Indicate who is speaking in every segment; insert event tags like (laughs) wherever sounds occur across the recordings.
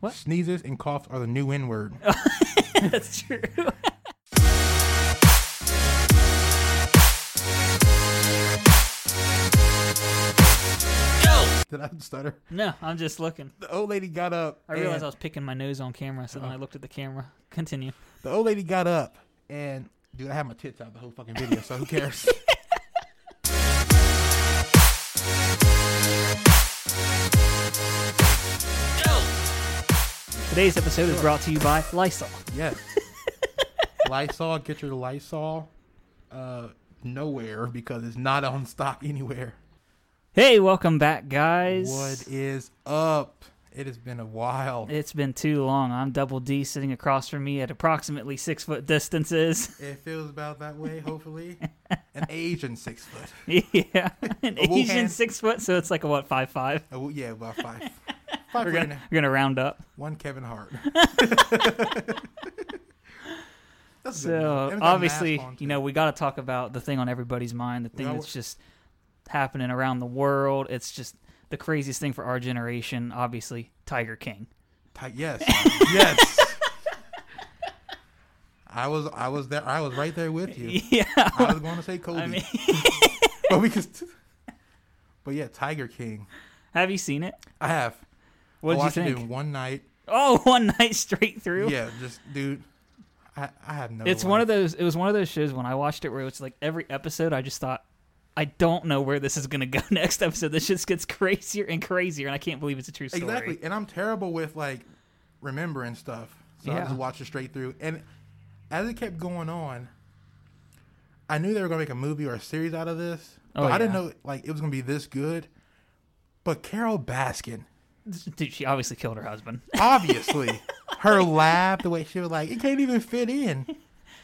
Speaker 1: What?
Speaker 2: Sneezes and coughs are the new N
Speaker 1: (laughs)
Speaker 2: word.
Speaker 1: That's true.
Speaker 2: Did I stutter?
Speaker 1: no, I'm just looking.
Speaker 2: The old lady got up.
Speaker 1: I realized
Speaker 2: and-
Speaker 1: I was picking my nose on camera, so then I looked at the camera. (laughs) Continue.
Speaker 2: The old lady got up and dude, I have my tits out the whole fucking video, so who
Speaker 1: (laughs)
Speaker 2: cares?
Speaker 1: Today's episode is brought to you by Lysol.
Speaker 2: yes. Lysol, get your Lysol uh nowhere because it's not on stock anywhere.
Speaker 1: Hey, welcome back, guys.
Speaker 2: What is up? It has been a while.
Speaker 1: It's been too long. I'm Double D sitting across from me at approximately six foot distances. (laughs)
Speaker 2: It feels about that way, hopefully. An Asian six foot.
Speaker 1: yeah, (laughs) an
Speaker 2: Wuhan.
Speaker 1: Asian six foot, so it's like a what five five.
Speaker 2: Oh yeah, about
Speaker 1: (laughs)
Speaker 2: five. Five
Speaker 1: We're
Speaker 2: right
Speaker 1: gonna
Speaker 2: now.
Speaker 1: we're gonna round up.
Speaker 2: One Kevin
Speaker 1: (laughs)
Speaker 2: Hart. That's good. And
Speaker 1: So
Speaker 2: we got
Speaker 1: obviously,
Speaker 2: masks on,
Speaker 1: you
Speaker 2: too.
Speaker 1: know, we got to talk about the thing on everybody's mind, the thing
Speaker 2: all-
Speaker 1: that's just happening around the world. It's just the craziest thing for our generation. Obviously, Tiger King. (laughs)
Speaker 2: Ti- yes, yes. I was, I was there. I was right there with you.
Speaker 1: Yeah,
Speaker 2: I was going to say Kobe,
Speaker 1: I mean,
Speaker 2: (laughs) but we could. st- But yeah, Tiger King.
Speaker 1: have you seen it?
Speaker 2: I have. I
Speaker 1: What did you
Speaker 2: watched it
Speaker 1: think?
Speaker 2: in one night.
Speaker 1: Oh, (laughs) one night straight through.
Speaker 2: Yeah, just dude. I, I have no.
Speaker 1: It's one of those. It was one of those shows when I watched it where it's like every episode I just thought, I don't know where this is gonna go (laughs) next episode. This just gets crazier and crazier, and I can't believe it's a true story.
Speaker 2: Exactly, and I'm terrible with like remembering stuff, so I
Speaker 1: Yeah.
Speaker 2: just watched it straight through. And as it kept going on, I knew they were gonna make a movie or a series out of this,
Speaker 1: Oh,
Speaker 2: but I didn't
Speaker 1: yeah.
Speaker 2: know like it was gonna be this good. But Carol Baskin,
Speaker 1: Dude, she obviously killed her husband. (laughs)
Speaker 2: obviously, her laugh, the way she was like, it can't even fit in.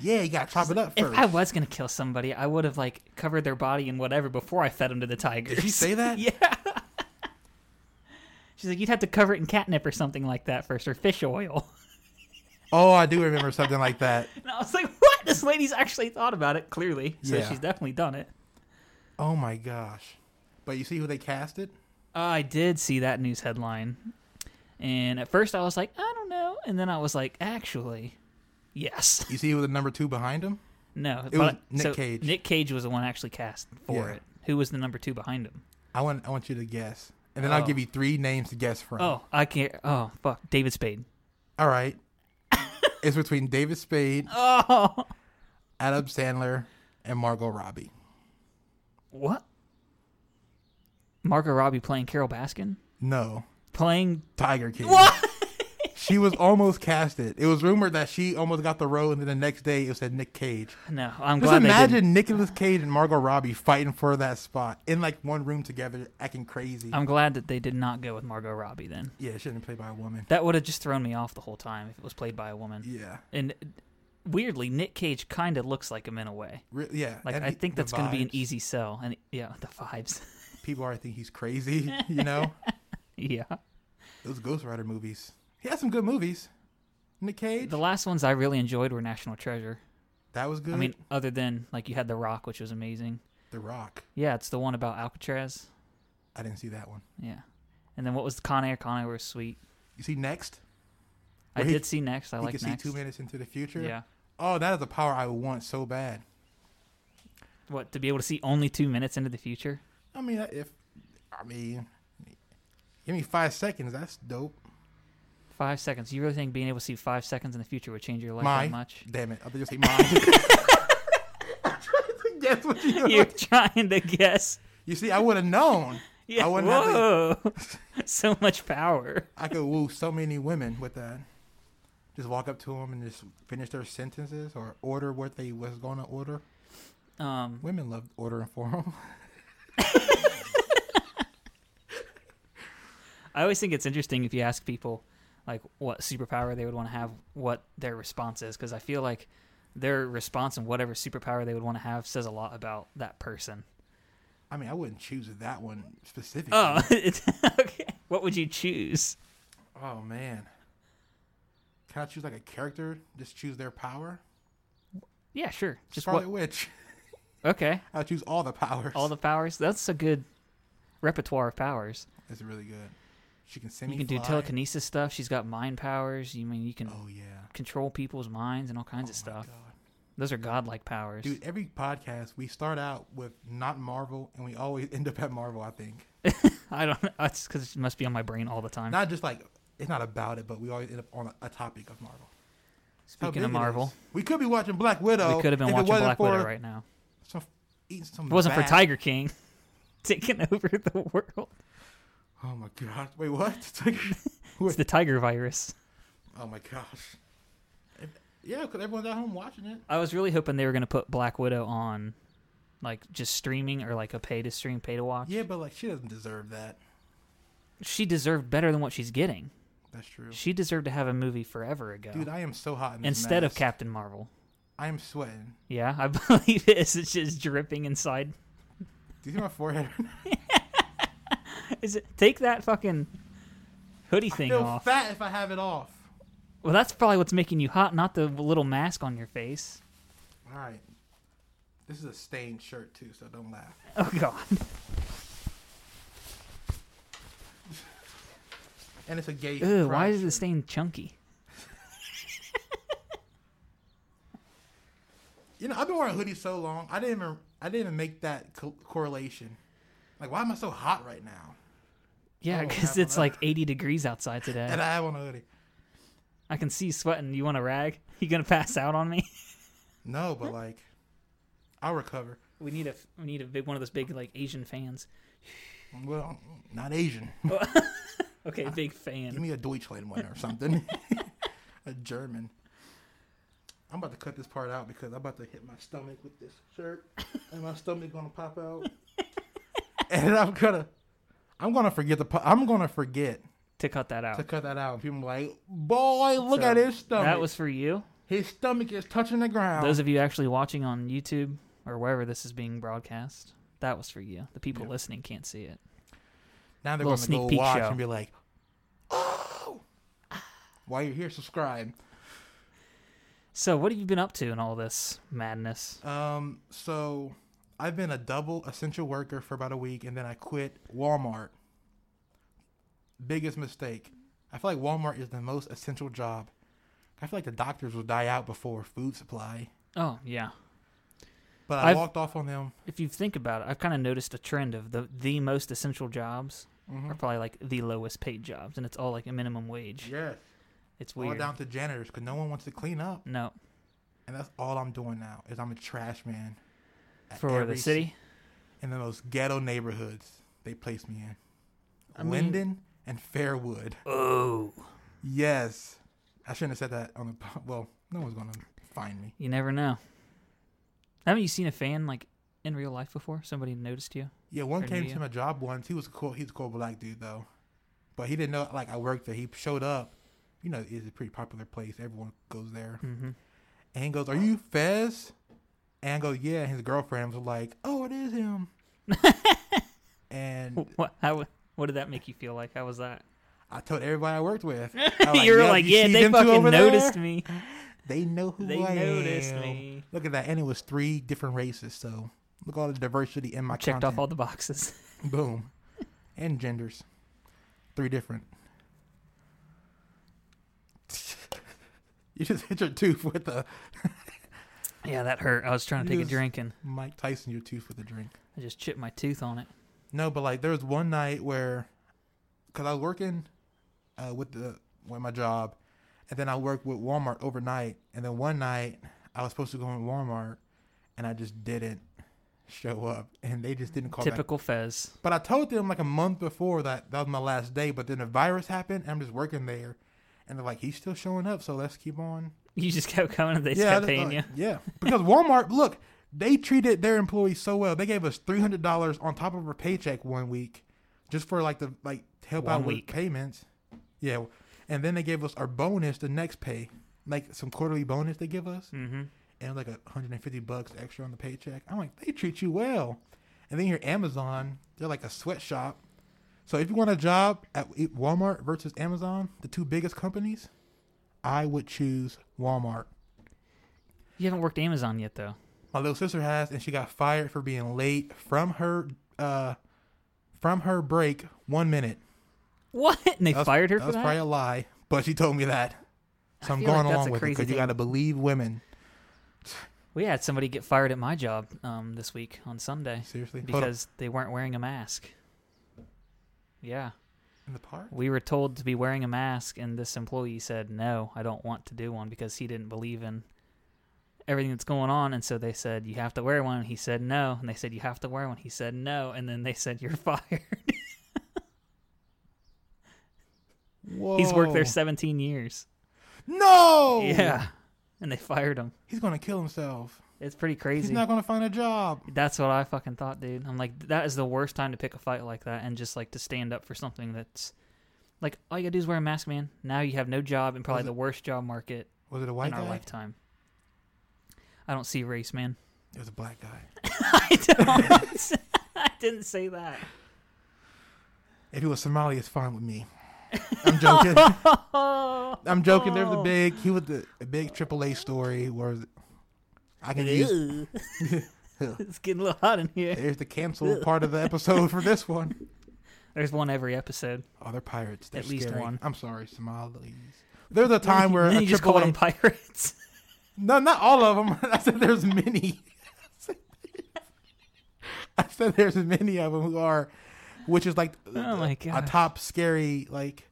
Speaker 2: Yeah, you gotta chop it up
Speaker 1: If
Speaker 2: first.
Speaker 1: I was gonna kill somebody, I would have like covered their body in whatever before I fed them to the tigers.
Speaker 2: Did she
Speaker 1: (laughs)
Speaker 2: say that?
Speaker 1: yeah. She's like, you'd have to cover it in catnip or something like that first, or fish oil. (laughs)
Speaker 2: oh, I do remember something like that.
Speaker 1: And I was like, what? This lady's actually thought about it, clearly. So
Speaker 2: Yeah.
Speaker 1: she's definitely done it.
Speaker 2: Oh my gosh! But you see who they casted?
Speaker 1: I did see that news headline. And at first I was like, I don't know. And then I was like, actually, yes.
Speaker 2: You see who the number two behind him?
Speaker 1: No.
Speaker 2: It was Nick Cage.
Speaker 1: Nick Cage was the one actually cast for
Speaker 2: Yeah.
Speaker 1: it. Who was the number two behind him?
Speaker 2: I want I want you to guess, and then
Speaker 1: Oh.
Speaker 2: I'll give you three names to guess from.
Speaker 1: Oh, I can't. Oh, fuck. David Spade.
Speaker 2: All
Speaker 1: (laughs)
Speaker 2: right. it's between David Spade,
Speaker 1: Oh.
Speaker 2: Adam Sandler, and Margot Robbie.
Speaker 1: What? Margot Robbie playing Carol Baskin?
Speaker 2: No,
Speaker 1: Playing.
Speaker 2: Tiger King. She was almost casted. It was rumored that she almost got the role, and then the next day it said Nick Cage.
Speaker 1: No, I'm
Speaker 2: Just
Speaker 1: glad they didn't.
Speaker 2: imagine Nicolas Cage and Margot Robbie fighting for that spot in like one room together, acting crazy.
Speaker 1: I'm glad that they did not go with Margot Robbie then.
Speaker 2: yeah, it shouldn't be played by a woman.
Speaker 1: That would have just thrown me off the whole time if it was played by a woman.
Speaker 2: Yeah,
Speaker 1: And weirdly, Nick Cage kind of looks like him in a way.
Speaker 2: Re- yeah.
Speaker 1: Like
Speaker 2: and
Speaker 1: I
Speaker 2: he-
Speaker 1: think
Speaker 2: the
Speaker 1: that's going to be an e-
Speaker 2: vibes.
Speaker 1: easy sell. And yeah, the vibes. (laughs)
Speaker 2: People already think he's crazy. (laughs) You know,
Speaker 1: yeah.
Speaker 2: those Ghost Rider movies. He had some good movies. Nick Cage.
Speaker 1: The last ones I really enjoyed were National Treasure.
Speaker 2: that was good.
Speaker 1: I mean, other than like you had The Rock, which was amazing.
Speaker 2: The Rock.
Speaker 1: Yeah, it's the one about Alcatraz.
Speaker 2: I didn't see that one.
Speaker 1: Yeah. And then what was Con Air? Con Air was sweet.
Speaker 2: You see next?
Speaker 1: I
Speaker 2: Where he-
Speaker 1: did see Next. I
Speaker 2: you
Speaker 1: like
Speaker 2: can
Speaker 1: Next.
Speaker 2: see two minutes into the future.
Speaker 1: Yeah.
Speaker 2: Oh, that is a power I want so bad.
Speaker 1: What to be able to see only two minutes into the future?
Speaker 2: I mean, if I mean, give me five seconds. That's dope.
Speaker 1: Five seconds. You really think being able to see five seconds in the future would change your life
Speaker 2: Mine. (laughs)
Speaker 1: that much?
Speaker 2: Damn it! I think you say mine. I'm (laughs)
Speaker 1: (laughs)
Speaker 2: trying to guess what you.
Speaker 1: You're trying to guess.
Speaker 2: You see, I would have known.
Speaker 1: Yeah.
Speaker 2: I wouldn't have
Speaker 1: Whoa. (laughs) so much power.
Speaker 2: I could woo so many women with that. Just walk up to them and just finish their sentences or order what they was going to order.
Speaker 1: Um.
Speaker 2: Women love ordering for them.
Speaker 1: I always think it's interesting if you ask people like what superpower they would want to have, what their response is, because I feel like their response and whatever superpower they would want to have says a lot about that person.
Speaker 2: I mean, I wouldn't choose that one specifically.
Speaker 1: Oh, (laughs) it's,
Speaker 2: Mm-hmm.
Speaker 1: okay. What would you choose?
Speaker 2: Oh man. Can I choose like a character? Just choose their power?
Speaker 1: Yeah, sure. Just
Speaker 2: Scarlet
Speaker 1: what?
Speaker 2: Witch.
Speaker 1: Okay,
Speaker 2: (laughs) I'll choose all the powers.
Speaker 1: all the powers. That's a good repertoire of powers.
Speaker 2: It's really good. She can semi.
Speaker 1: You can do telekinesis stuff. She's got mind powers. You mean you can
Speaker 2: Oh yeah.
Speaker 1: control people's minds and all
Speaker 2: Oh,
Speaker 1: kinds of
Speaker 2: my
Speaker 1: stuff.
Speaker 2: God.
Speaker 1: Those are godlike powers.
Speaker 2: Dude, every podcast we start out with not Marvel, and we always (laughs) end up at Marvel. I think
Speaker 1: (laughs) I don't. That's because it must be on my brain all the time.
Speaker 2: not just like it's not about it, but we always end up on a, a topic of Marvel. How
Speaker 1: Speaking
Speaker 2: big
Speaker 1: of
Speaker 2: it
Speaker 1: Marvel,
Speaker 2: is. we could be watching Black Widow.
Speaker 1: we could have been
Speaker 2: if it
Speaker 1: watching
Speaker 2: wasn't
Speaker 1: Black
Speaker 2: for
Speaker 1: Widow right now.
Speaker 2: Some, eating some.
Speaker 1: If it wasn't for
Speaker 2: bat-
Speaker 1: Tiger King (laughs) taking over the world.
Speaker 2: Oh my god! Wait, what? (laughs) It's like-
Speaker 1: It's the tiger virus.
Speaker 2: oh my gosh! If- Yeah, because everyone's at home watching it.
Speaker 1: I was really hoping they were going to put Black Widow on, like just streaming or like a pay to stream, pay to watch.
Speaker 2: Yeah, but like she doesn't deserve that.
Speaker 1: She deserved better than what she's getting.
Speaker 2: That's true.
Speaker 1: She deserved to have a movie forever ago.
Speaker 2: Dude, I am so hot. In this
Speaker 1: instead of
Speaker 2: mask.
Speaker 1: Captain Marvel.
Speaker 2: I am sweating.
Speaker 1: Yeah, I (laughs) believe it is. It's just dripping inside.
Speaker 2: Do you see my forehead? (laughs)
Speaker 1: Is it? Take that fucking hoodie
Speaker 2: I
Speaker 1: thing
Speaker 2: feel
Speaker 1: off.
Speaker 2: fat if I have it off.
Speaker 1: Well, that's probably what's making you hot, not the little mask on your face. (laughs)
Speaker 2: All right. This is a stained shirt too, so don't laugh.
Speaker 1: Oh (laughs) God.
Speaker 2: And it's a gay.
Speaker 1: Ew, why
Speaker 2: pride
Speaker 1: is the
Speaker 2: shirt.
Speaker 1: stain chunky?
Speaker 2: You know, I've been wearing hoodies so long. I didn't even. I didn't even make that co- correlation. Like, why am I so hot right now?
Speaker 1: Yeah,
Speaker 2: Oh,
Speaker 1: because
Speaker 2: I
Speaker 1: it's
Speaker 2: don't know.
Speaker 1: like 80 degrees outside today.
Speaker 2: And I have on a hoodie.
Speaker 1: I can see you sweating. You want a rag? (laughs) You gonna pass out on me? (laughs)
Speaker 2: No, but like, I'll recover.
Speaker 1: We need a we need a big one of those big like Asian fans.
Speaker 2: Well, not Asian.
Speaker 1: Okay,
Speaker 2: Uh,
Speaker 1: big
Speaker 2: Give
Speaker 1: fan.
Speaker 2: me a Deutschland one or
Speaker 1: (laughs)
Speaker 2: something. a German. I'm about to cut this part out because I'm about to hit my stomach with this shirt, and my stomach's gonna pop out.
Speaker 1: (laughs)
Speaker 2: and I'm gonna, I'm gonna forget the. po- I'm gonna forget
Speaker 1: To cut that
Speaker 2: to
Speaker 1: out.
Speaker 2: cut that out. People are like, boy, look
Speaker 1: So,
Speaker 2: at his stomach.
Speaker 1: That was for you.
Speaker 2: his stomach is touching the ground.
Speaker 1: Those of you actually watching on YouTube or wherever this is being broadcast, that was for you. The people
Speaker 2: Yeah.
Speaker 1: listening can't see it.
Speaker 2: now they're
Speaker 1: little
Speaker 2: gonna
Speaker 1: sneak
Speaker 2: go
Speaker 1: peek
Speaker 2: watch
Speaker 1: show.
Speaker 2: and be like, oh. While you're here, subscribe.
Speaker 1: So, what have you been up to in all this madness?
Speaker 2: Um, so I've been a double essential worker for about a week, and then I quit Walmart. Biggest mistake. I feel like Walmart is the most essential job. I feel like the doctors will die out before food supply.
Speaker 1: Oh, yeah.
Speaker 2: But I
Speaker 1: I've-
Speaker 2: walked off on them.
Speaker 1: If you think about it, I've kind of noticed a trend of the the most essential jobs
Speaker 2: Mm-hmm. Hmm.
Speaker 1: are probably like the lowest paid jobs, and it's all like a minimum wage.
Speaker 2: Yes.
Speaker 1: It's
Speaker 2: All
Speaker 1: weird.
Speaker 2: down to janitors because no one wants to clean up,
Speaker 1: No,
Speaker 2: and that's all I'm doing now is I'm a trash man. At
Speaker 1: for
Speaker 2: every
Speaker 1: the
Speaker 2: ci-
Speaker 1: city.
Speaker 2: in the most ghetto neighborhoods they place me in,
Speaker 1: I mean-
Speaker 2: Linden and Fairwood.
Speaker 1: Oh,
Speaker 2: Yes. I shouldn't have said that on the po- well, no one's gonna find me.
Speaker 1: you never know. Haven't you seen a fan like in real life before? Somebody noticed you.
Speaker 2: Yeah, one
Speaker 1: Or
Speaker 2: came
Speaker 1: do you?
Speaker 2: to my job once. He was a cool he was a cool black dude though. But he didn't know like I worked there. He showed up. You know, it's a pretty popular place. Everyone goes there.
Speaker 1: Mm-hmm.
Speaker 2: And he goes, Are you Fez? And I go, Yeah, and his girlfriend was like, Oh, it is him
Speaker 1: (laughs)
Speaker 2: And
Speaker 1: What? How? w- What did that make you feel like? How was that?
Speaker 2: I told everybody I worked with.
Speaker 1: (laughs)
Speaker 2: I was
Speaker 1: you were
Speaker 2: "Yo,
Speaker 1: like,
Speaker 2: you
Speaker 1: yeah,
Speaker 2: see
Speaker 1: they
Speaker 2: them two
Speaker 1: fucking
Speaker 2: over there?
Speaker 1: noticed me.
Speaker 2: They know who
Speaker 1: They
Speaker 2: I
Speaker 1: noticed
Speaker 2: am."
Speaker 1: me.
Speaker 2: Look at that, and it was three different races. So look at all the diversity in my
Speaker 1: Checked
Speaker 2: content.
Speaker 1: off all the boxes.
Speaker 2: Boom. And genders. Three different. (laughs) you just hit your tooth with a
Speaker 1: (laughs) Yeah, that hurt. I was trying to take a
Speaker 2: Yes.
Speaker 1: drink and
Speaker 2: Mike Tyson your tooth with a drink.
Speaker 1: I just chipped my tooth on it.
Speaker 2: No, but like there was one night where cuz I was working uh, with the with my job and then I worked with Walmart overnight and then one night I was supposed to go in Walmart and I just didn't show up and they just didn't call back
Speaker 1: Typical Fez.
Speaker 2: But I told them like a month before that that was my last day. But then the virus happened, and I'm just working there, and they're like, "He's still showing up, so let's keep on."
Speaker 1: You just (laughs) kept coming and they just
Speaker 2: yeah,
Speaker 1: kept
Speaker 2: I just
Speaker 1: paying you.
Speaker 2: thought-
Speaker 1: (laughs)
Speaker 2: yeah. Because Walmart, look, they treated their employees so well. They gave us three hundred dollars on top of our paycheck one week, just for like the like to help
Speaker 1: One
Speaker 2: out
Speaker 1: week.
Speaker 2: with payments. Yeah, and then they gave us our bonus the next pay, like some quarterly bonus they give us
Speaker 1: Mm-hmm.
Speaker 2: and like a hundred and fifty bucks extra on the paycheck. I'm like, they treat you well. And then your Amazon, they're like a sweatshop. So if you want a job at Walmart versus Amazon, the two biggest companies, I would choose Walmart.
Speaker 1: You haven't worked Amazon yet, though.
Speaker 2: My little sister has, and she got fired for being late from her uh from her break one minute.
Speaker 1: What? And they
Speaker 2: That was-
Speaker 1: fired her
Speaker 2: that
Speaker 1: for
Speaker 2: was
Speaker 1: that?
Speaker 2: probably a lie, but she told me that. So
Speaker 1: I
Speaker 2: I'm
Speaker 1: feel like
Speaker 2: going
Speaker 1: that's
Speaker 2: along
Speaker 1: a
Speaker 2: with it
Speaker 1: crazy
Speaker 2: because you
Speaker 1: thing.
Speaker 2: got to believe women.
Speaker 1: we had somebody get fired at my job um, this week on Sunday
Speaker 2: Seriously, Hold on.
Speaker 1: because they weren't wearing a mask. Yeah.
Speaker 2: in the park.
Speaker 1: We were told to be wearing a mask, and this employee said, No, I don't want to do one because he didn't believe in everything that's going on. And so they said, You have to wear one. He said, No. And they said, You have to wear one. He said, No. And then they said, You're (laughs) fired.
Speaker 2: Whoa.
Speaker 1: He's worked there 17 years.
Speaker 2: No.
Speaker 1: Yeah. And they fired him.
Speaker 2: He's gonna kill himself.
Speaker 1: It's pretty
Speaker 2: He's
Speaker 1: crazy.
Speaker 2: not gonna find a job.
Speaker 1: That's what I fucking thought, dude. I'm like, that is the worst time to pick a fight like that and just like to stand up for something that's like all you gotta do is wear a mask, man. Now you have no job and probably
Speaker 2: Was it-
Speaker 1: the worst job market
Speaker 2: Was it a white
Speaker 1: in our
Speaker 2: guy?
Speaker 1: lifetime. I don't see race, man.
Speaker 2: It was a black guy.
Speaker 1: (laughs) I don't. (laughs) I didn't say that.
Speaker 2: If it was Somali, it's fine with me. I'm joking.
Speaker 1: (laughs)
Speaker 2: I'm joking. There's
Speaker 1: Oh.
Speaker 2: a big. He was the a big AAA story where I can use.
Speaker 1: Ew. (laughs) it's getting a little hot in here.
Speaker 2: There's the
Speaker 1: (laughs)
Speaker 2: cancel part of the episode for this one.
Speaker 1: There's one every episode.
Speaker 2: Oh, they're pirates. They're
Speaker 1: At least
Speaker 2: scary.
Speaker 1: one.
Speaker 2: I'm sorry, Somalis. There's a time where
Speaker 1: Then
Speaker 2: a
Speaker 1: (laughs) you just call them
Speaker 2: AAA.
Speaker 1: pirates.
Speaker 2: (laughs)
Speaker 1: (laughs)
Speaker 2: No, not all of them. (laughs) I said there's many. (laughs) I said there's many of them who are, which is like
Speaker 1: Oh my
Speaker 2: a
Speaker 1: god!
Speaker 2: top scary like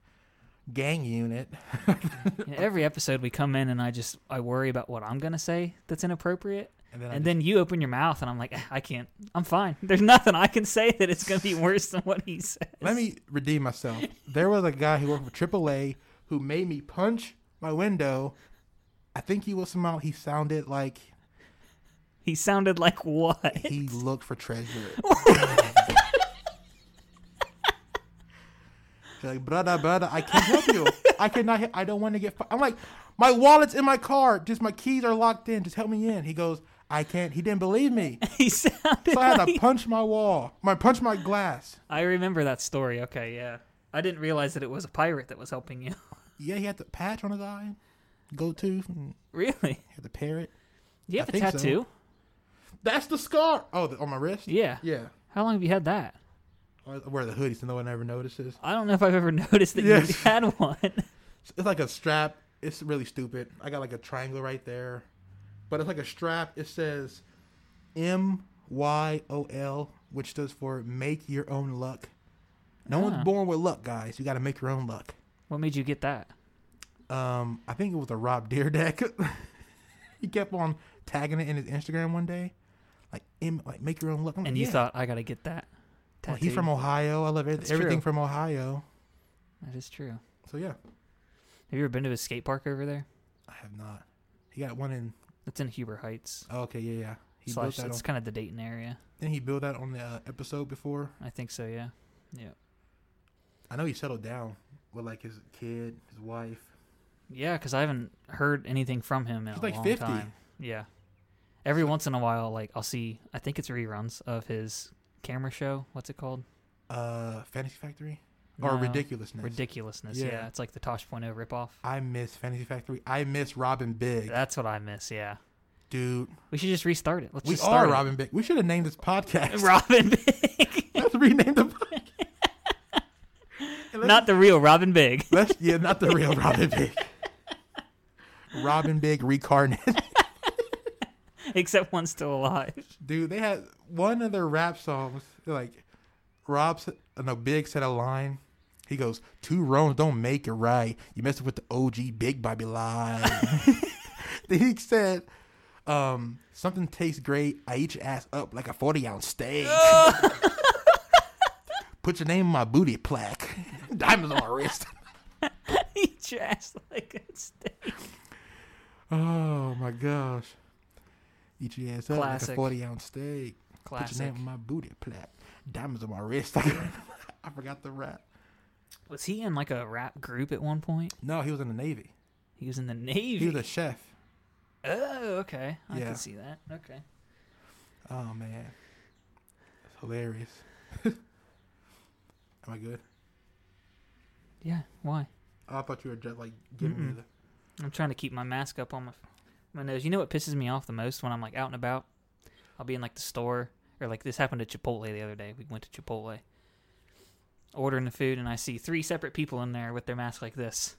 Speaker 2: gang unit.
Speaker 1: Yeah, every episode we come in and I just I worry about what I'm gonna say that's inappropriate,
Speaker 2: And then, I
Speaker 1: and then you open your mouth and I'm like, "Ah, I can't. I'm fine. There's nothing I can say that it's gonna be worse than what he said.
Speaker 2: Let me redeem myself. There was a guy who worked for AAA who made me punch my window. I think he was somehow he sounded like
Speaker 1: He sounded like what? (laughs)
Speaker 2: he looked for treasure. He's like, brother, brother, I can't help you. I cannot. he- I don't want to get. Fi-. I'm like, my wallet's in my car. Just my keys are locked in. Just help me in. He goes, I can't. He didn't believe me,
Speaker 1: he sounded.
Speaker 2: so I had
Speaker 1: (laughs) like...
Speaker 2: to punch my wall. My punch my glass.
Speaker 1: I remember that story. Okay, yeah. I didn't realize that it was a pirate that was helping you. (laughs)
Speaker 2: Yeah, he had the patch on his eye, go to,
Speaker 1: really?
Speaker 2: had the parrot.
Speaker 1: Do you
Speaker 2: I
Speaker 1: have a
Speaker 2: think so.
Speaker 1: tattoo?
Speaker 2: That's the scar. Oh, the, on my wrist.
Speaker 1: Yeah.
Speaker 2: Yeah.
Speaker 1: How long have you had that?
Speaker 2: I wear the hoodie so no one ever notices.
Speaker 1: I don't know if I've ever (laughs) noticed that you
Speaker 2: Yes.
Speaker 1: had one. (laughs)
Speaker 2: It's like a strap. It's really stupid. I got like a triangle right there, but it's like a strap. It says M Y O L, which stands for make your own luck. No
Speaker 1: Ah.
Speaker 2: one's born with luck, guys. You got to make your own luck.
Speaker 1: What made you get that?
Speaker 2: Um, I think it was a Rob Deer deck. (laughs) he kept on tagging it in his Instagram one day, like M, like make your own luck. I'm like,
Speaker 1: And you
Speaker 2: "Yeah."
Speaker 1: thought I gotta get that.
Speaker 2: Well,
Speaker 1: Tattoo.
Speaker 2: he's from Ohio. I love
Speaker 1: That's
Speaker 2: everyth- everything
Speaker 1: true.
Speaker 2: from Ohio.
Speaker 1: That is true.
Speaker 2: So yeah,
Speaker 1: Have you ever been to a skate park over there?
Speaker 2: I have not. He got one in.
Speaker 1: That's in Huber Heights.
Speaker 2: Oh, okay, yeah, yeah. He built
Speaker 1: slash,
Speaker 2: that on
Speaker 1: that's kind of the Dayton area.
Speaker 2: Didn't he build that on the uh, episode before?
Speaker 1: I think so. Yeah. Yeah.
Speaker 2: I know he settled down with like his kid, his wife.
Speaker 1: Yeah, because I haven't heard anything from him in
Speaker 2: He's
Speaker 1: a
Speaker 2: like
Speaker 1: long
Speaker 2: 50.
Speaker 1: time. Yeah. Every once in a while, like I'll see. I think it's reruns of his camera show. What's it called?
Speaker 2: Uh, Fantasy Factory or
Speaker 1: No,
Speaker 2: Ridiculousness.
Speaker 1: Ridiculousness. Yeah.
Speaker 2: Yeah.
Speaker 1: it's like the Tosh Point oh ripoff.
Speaker 2: I miss Fantasy Factory. I miss Robin Big,
Speaker 1: That's what I miss. Yeah,
Speaker 2: dude.
Speaker 1: we should just restart it. Let's
Speaker 2: We
Speaker 1: just
Speaker 2: are
Speaker 1: start (laughs)
Speaker 2: Robin Big. We should have named this
Speaker 1: It.
Speaker 2: podcast.
Speaker 1: Robin Big,
Speaker 2: (laughs) let's rename the podcast. And let's-
Speaker 1: (laughs) not the real Robin Big.
Speaker 2: let's- yeah, not the real Robin Big. Robin Big reincarnate.
Speaker 1: (laughs) Except one's still alive. (laughs)
Speaker 2: Dude, they had one of their rap songs. Like, Rob, said- uh, no, Big said a line. He goes, Two wrongs don't make it right. You messing with the OG Big Bobby lie. (laughs) then he said, um, Something tastes great. I eat your ass up like a 40 ounce steak. Put your name on my booty plaque. (laughs) Diamonds on my wrist.
Speaker 1: he dressed like a steak.
Speaker 2: Oh my gosh. Eat your ass up like
Speaker 1: Classic.
Speaker 2: a 40 ounce steak. Put your
Speaker 1: Classic.
Speaker 2: name on my booty plaque. Diamonds on my wrist. (laughs) I forgot the rap.
Speaker 1: Was he in like a rap group at one point?
Speaker 2: No, he was in the Navy.
Speaker 1: He was in the
Speaker 2: He
Speaker 1: Navy.
Speaker 2: was a chef.
Speaker 1: oh, okay. I
Speaker 2: Yeah.
Speaker 1: can see that. Okay.
Speaker 2: Oh man. It's hilarious. (laughs) Am I good?
Speaker 1: Yeah. Why?
Speaker 2: Oh, I thought you were just like giving me
Speaker 1: Mm-mm.
Speaker 2: the
Speaker 1: I'm trying to keep my mask up on my my nose. You know what pisses me off the most when I'm like out and about? I'll be in like the store or like this happened at Chipotle the other day. We went to Chipotle. ordering the food, and I see three separate people in there with their masks like this,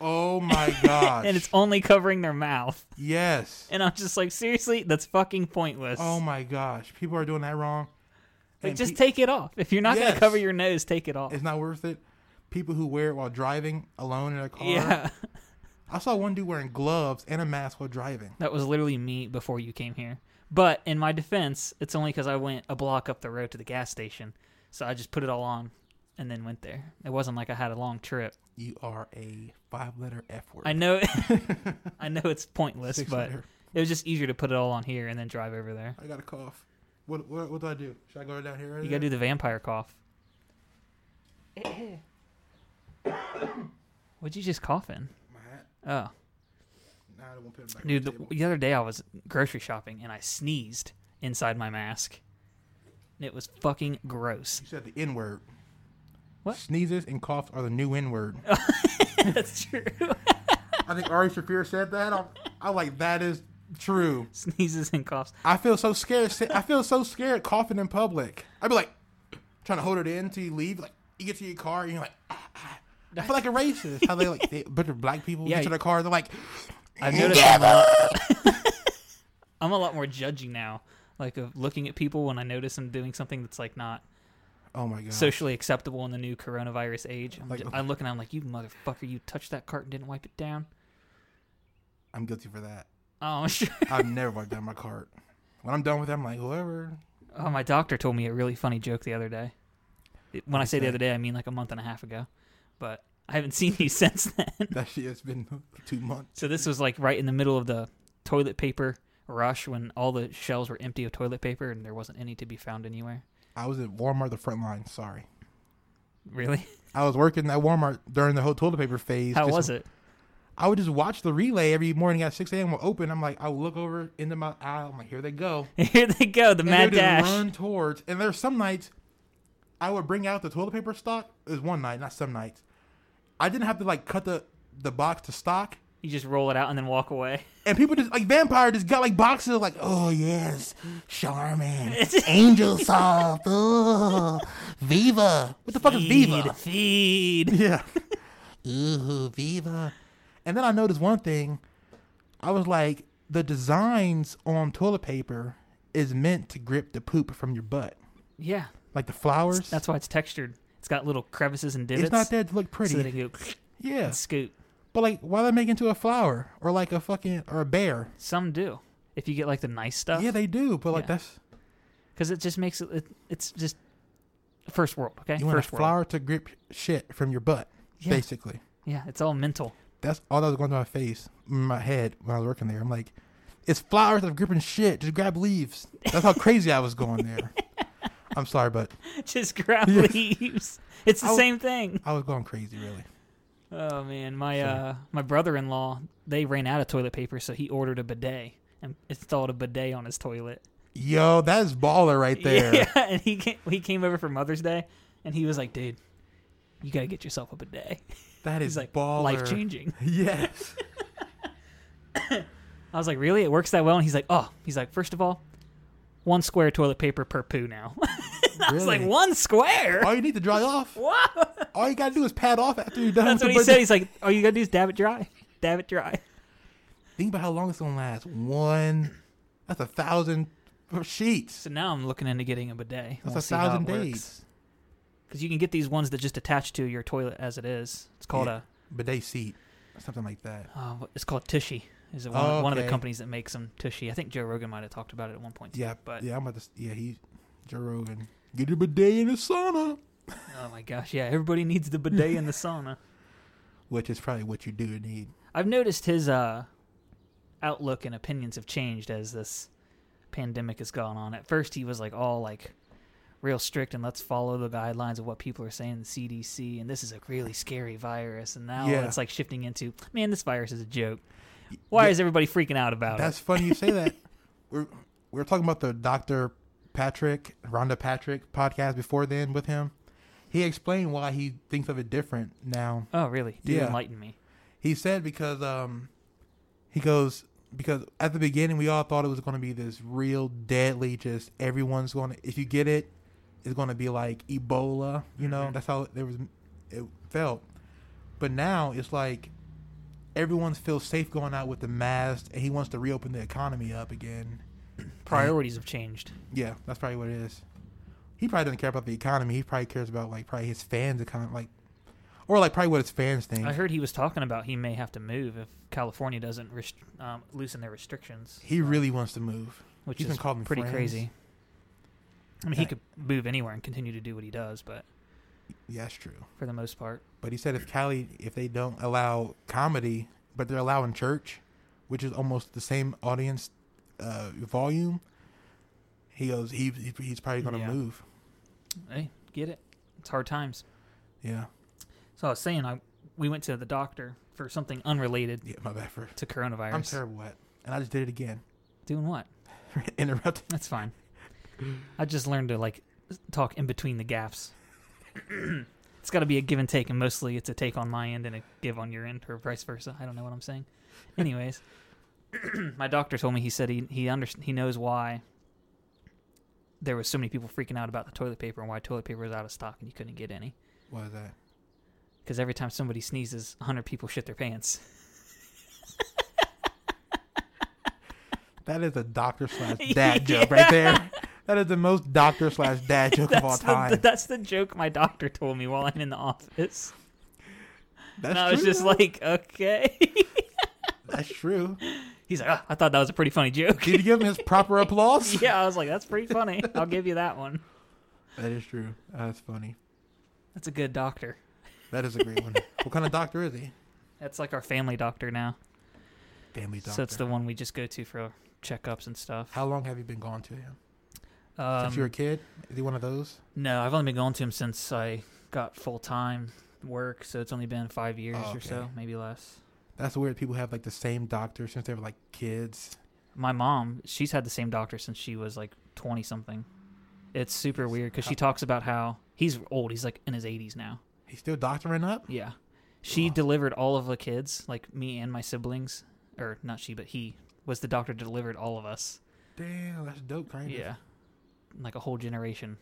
Speaker 2: Oh
Speaker 1: (laughs)
Speaker 2: my gosh.
Speaker 1: and it's only covering their mouth.
Speaker 2: yes.
Speaker 1: And I'm just like, seriously, that's fucking pointless.
Speaker 2: Oh my gosh. People are doing that wrong.
Speaker 1: like,
Speaker 2: And
Speaker 1: just
Speaker 2: pe-
Speaker 1: take it off. If you're not
Speaker 2: Yes.
Speaker 1: gonna cover your nose, take it off.
Speaker 2: it's not worth it. People who wear it while driving alone in a car.
Speaker 1: Yeah,
Speaker 2: I saw one dude wearing gloves and a mask while driving.
Speaker 1: that was literally me before you came here. But in my defense, it's only because I went a block up the road to the gas station, so I just put it all on and then went there. It wasn't like I had a long trip.
Speaker 2: You are a five letter F word.
Speaker 1: I know, (laughs) I know it's pointless,
Speaker 2: Six
Speaker 1: but
Speaker 2: letter.
Speaker 1: it was just easier to put it all on here and then drive over there.
Speaker 2: I got a cough. What, what what do I do? Should I go down here?
Speaker 1: You gotta do the vampire cough. What'd you just cough in?
Speaker 2: my hat.
Speaker 1: Oh,
Speaker 2: Nah, I won't put it back.
Speaker 1: dude,
Speaker 2: on the
Speaker 1: the,
Speaker 2: table.
Speaker 1: the other day I was grocery shopping and I sneezed inside my mask. And It was fucking gross.
Speaker 2: You said the N word.
Speaker 1: What?
Speaker 2: Sneezes and coughs are the new N
Speaker 1: (laughs)
Speaker 2: word.
Speaker 1: That's true.
Speaker 2: I think Ari Shafir said that. I'm, I'm like, that is true.
Speaker 1: Sneezes and coughs.
Speaker 2: I feel so scared. si- I feel so scared coughing in public. I'd be like, trying to hold it in till you leave. Like, you get to your car and you're like, ah, ah. I feel like a racist. How they like, they, a bunch of black people get
Speaker 1: Yeah,
Speaker 2: to
Speaker 1: you-
Speaker 2: their car, they're like,
Speaker 1: I've
Speaker 2: "You
Speaker 1: noticed-
Speaker 2: devil!"
Speaker 1: (laughs) I'm a lot more judging now, like of looking at people when I notice them doing something that's like not
Speaker 2: Oh my God.
Speaker 1: socially acceptable in the new coronavirus age. I'm,
Speaker 2: Like- (laughs)
Speaker 1: ju- I'm looking, I'm like, you motherfucker, you touched that cart and didn't wipe it down.
Speaker 2: I'm guilty for that.
Speaker 1: Oh, sure.
Speaker 2: I've never wiped down my cart. When I'm done with it, I'm like, whoever.
Speaker 1: (laughs) Oh, my doctor told me a really funny joke the other day. It- When I
Speaker 2: What'd
Speaker 1: say
Speaker 2: he
Speaker 1: the
Speaker 2: say?
Speaker 1: other day, I mean like a month and a half ago. But I haven't seen you (laughs) since then.
Speaker 2: That shit has been (laughs) two months.
Speaker 1: So this was like right in the middle of the toilet paper rush when all the shelves were empty of toilet paper and there wasn't any to be found anywhere.
Speaker 2: I was at Walmart, the front line. Sorry.
Speaker 1: Really?
Speaker 2: I was working at Walmart during the whole toilet paper phase.
Speaker 1: How
Speaker 2: just-
Speaker 1: was it? (laughs)
Speaker 2: I would just watch the relay every morning at 6 a.m. will open. I'm like, I would look over into my aisle. ah, I'm like, here they go.
Speaker 1: Here they go, the
Speaker 2: And
Speaker 1: mad
Speaker 2: they would just
Speaker 1: dash.
Speaker 2: run towards. And there's some nights I would bring out the toilet paper stock. It was one night, not some nights. I didn't have to like cut the the box to stock.
Speaker 1: You just roll it out and then walk away.
Speaker 2: And people just like vampire just got like boxes like, oh yes,
Speaker 1: (laughs)
Speaker 2: Charmin, Angel Soft, oh, Viva. What the fuck is Viva?
Speaker 1: Feed.
Speaker 2: (laughs) Yeah. Ooh, Viva. And then I noticed one thing. I was like, the designs on toilet paper is meant to grip the poop from your butt.
Speaker 1: Yeah,
Speaker 2: Like the flowers.
Speaker 1: that's why it's textured. It's got little crevices and
Speaker 2: it's
Speaker 1: divots.
Speaker 2: not there to look
Speaker 1: so that
Speaker 2: pretty.
Speaker 1: it can go
Speaker 2: (laughs) Yeah.
Speaker 1: and scoot.
Speaker 2: But like why they make it into a flower or like a fucking or a bear.
Speaker 1: Some do. If you get like the nice stuff.
Speaker 2: Yeah, they do, but like
Speaker 1: Yeah.
Speaker 2: that's
Speaker 1: because it just makes it, it. It's just first world, okay?
Speaker 2: you want
Speaker 1: first
Speaker 2: a
Speaker 1: world.
Speaker 2: flower to grip shit from your butt,
Speaker 1: Yeah.
Speaker 2: basically.
Speaker 1: Yeah, it's all mental. (laughs)
Speaker 2: That's all that was going through my face, my head when I was working there. I'm like, it's flowers that are gripping shit. Just grab leaves. That's how crazy I was going
Speaker 1: (laughs)
Speaker 2: there. I'm sorry, but
Speaker 1: just grab
Speaker 2: Yes.
Speaker 1: leaves. It's the
Speaker 2: I w-
Speaker 1: same thing.
Speaker 2: I was going crazy, really.
Speaker 1: Oh man, my
Speaker 2: Sure.
Speaker 1: uh, my brother-in-law they ran out of toilet paper, so he ordered a bidet and installed a bidet on his toilet.
Speaker 2: Yo, that is baller
Speaker 1: (laughs)
Speaker 2: right there.
Speaker 1: Yeah, and he came, he came over for Mother's Day, and he was like, "Dude, you gotta get yourself a bidet." (laughs)
Speaker 2: That
Speaker 1: He's
Speaker 2: is
Speaker 1: like,
Speaker 2: baller.
Speaker 1: "Life changing."
Speaker 2: (laughs) Yes.
Speaker 1: I was like, "Really? It works that well?" And he's like, "Oh, he's like, first of all, one square of toilet paper per poo now." (laughs) (laughs) I was like,
Speaker 2: Really?
Speaker 1: "One square?
Speaker 2: All you need to
Speaker 1: (laughs)
Speaker 2: dry off.
Speaker 1: Whoa!"
Speaker 2: All you gotta do is pad off after you're done.
Speaker 1: That's
Speaker 2: with
Speaker 1: what
Speaker 2: the birthday.
Speaker 1: he said. He's like, "All you gotta do is dab it dry, dab it dry."
Speaker 2: Think about how long it's gonna last. One. That's a thousand sheets.
Speaker 1: So now I'm looking into getting a bidet.
Speaker 2: That's a thousand days.
Speaker 1: Because you can get these ones that just attach to your toilet as it is. It's called
Speaker 2: Yeah. Bidet seat, something like that.
Speaker 1: a. Uh, it's called Tushy. Is it one,
Speaker 2: Oh,
Speaker 1: one of the
Speaker 2: okay.
Speaker 1: companies that makes them Tushy? I think Joe Rogan might have talked about it at one point. too,
Speaker 2: Yeah,
Speaker 1: But
Speaker 2: yeah, I'm about to. Yeah, he, Joe Rogan, get your bidet in the sauna,
Speaker 1: oh my gosh, yeah, everybody needs the bidet in the sauna.
Speaker 2: which is probably what you do need.
Speaker 1: I've noticed his uh, outlook and opinions have changed as this pandemic has gone on. At first, he was like all like real strict and let's follow the guidelines of what people are saying, the CDC, and this is a really scary virus. And now
Speaker 2: Yeah.
Speaker 1: it's like shifting into, man, this virus is a joke. Why is everybody freaking out about
Speaker 2: That's funny you say that. We're we were talking about the Doctor Patrick Rhonda Patrick podcast before then with him. He explained why he thinks of it different now.
Speaker 1: it? Oh, really? Dude,
Speaker 2: Yeah.
Speaker 1: enlighten me.
Speaker 2: He said because um, he goes because at the beginning we all thought it was going to be this real deadly, just everyone's going to if you get it, is going to be like Ebola. You know,
Speaker 1: Mhm.
Speaker 2: that's how there was it felt. But now it's like everyone feels safe going out with the mask, and he wants to reopen the economy up again.
Speaker 1: Priorities have changed.
Speaker 2: Yeah, that's probably what it is. He probably doesn't care about the economy. He probably cares about like probably his fans' economy, like or like probably what his fans think.
Speaker 1: I heard he was talking about he may have to move if California doesn't rest- um, loosen their restrictions.
Speaker 2: he really wants to move.
Speaker 1: which
Speaker 2: he's
Speaker 1: is
Speaker 2: been calling
Speaker 1: pretty
Speaker 2: friends.
Speaker 1: crazy. I mean, he
Speaker 2: Yeah.
Speaker 1: could move anywhere and continue to do what he does, but
Speaker 2: Yeah, that's true.
Speaker 1: for the most part,
Speaker 2: But he said if Cali, if they don't allow comedy, but they're allowing church, which is almost the same audience uh, volume, he goes he he- he's probably going to
Speaker 1: Yeah.
Speaker 2: move.
Speaker 1: hey, get it. It's hard times.
Speaker 2: Yeah,
Speaker 1: So I was saying, I we went to the doctor for something unrelated
Speaker 2: yeah. My bad for
Speaker 1: to coronavirus.
Speaker 2: I'm terrible at, and I just did it again. (laughs)
Speaker 1: Doing what?
Speaker 2: Interrupted.
Speaker 1: That's fine. I just learned to like talk in between the gaps. (clears throat) it's got to be a give and take, and mostly it's a take on my end and a give on your end, or vice versa. I don't know what I'm saying. Anyways, (clears throat) my doctor told me he said he he under, he knows why there was so many people freaking out about the toilet paper and why toilet paper was out of stock and you couldn't get any
Speaker 2: What is that?
Speaker 1: because every time somebody sneezes, 100 people shit their pants. (laughs)
Speaker 2: That is a doctor
Speaker 1: (laughs)
Speaker 2: slash dad joke right there. That is the most doctor slash
Speaker 1: (laughs)
Speaker 2: dad joke of all
Speaker 1: That's the,
Speaker 2: time.
Speaker 1: that's the joke my doctor told me while I'm in the office.
Speaker 2: That's
Speaker 1: And I was
Speaker 2: true.
Speaker 1: just like, okay.
Speaker 2: That's true.
Speaker 1: He's like, "Ah, I thought that was a pretty funny joke. (laughs)
Speaker 2: Did you give him his proper applause?
Speaker 1: yeah, I was like, that's pretty funny. I'll give you that one.
Speaker 2: That is true. That's funny.
Speaker 1: That's a good doctor.
Speaker 2: That is a great
Speaker 1: (laughs)
Speaker 2: one. what kind of doctor is he?
Speaker 1: That's like our family doctor now.
Speaker 2: Family doctor.
Speaker 1: So it's the one we just go to for checkups and stuff.
Speaker 2: How long have you been gone to him? Since
Speaker 1: Um,
Speaker 2: you were a kid? Is he one of those?
Speaker 1: no, I've only been going to him since I got full time work. So it's only been five years
Speaker 2: Oh,
Speaker 1: or so,
Speaker 2: okay.
Speaker 1: maybe less.
Speaker 2: That's weird. People have like the same doctor since they were like kids.
Speaker 1: My mom, she's had the same doctor since she was like 20 something. It's super weird because she talks about how he's old. He's like in his 80s now.
Speaker 2: He's still doctoring up?
Speaker 1: Yeah. She
Speaker 2: Wow.
Speaker 1: delivered all of the kids, like me and my siblings, or not she, but he was the doctor delivered all of us.
Speaker 2: Damn, that's dope, kind of.
Speaker 1: Yeah. Like a whole generation.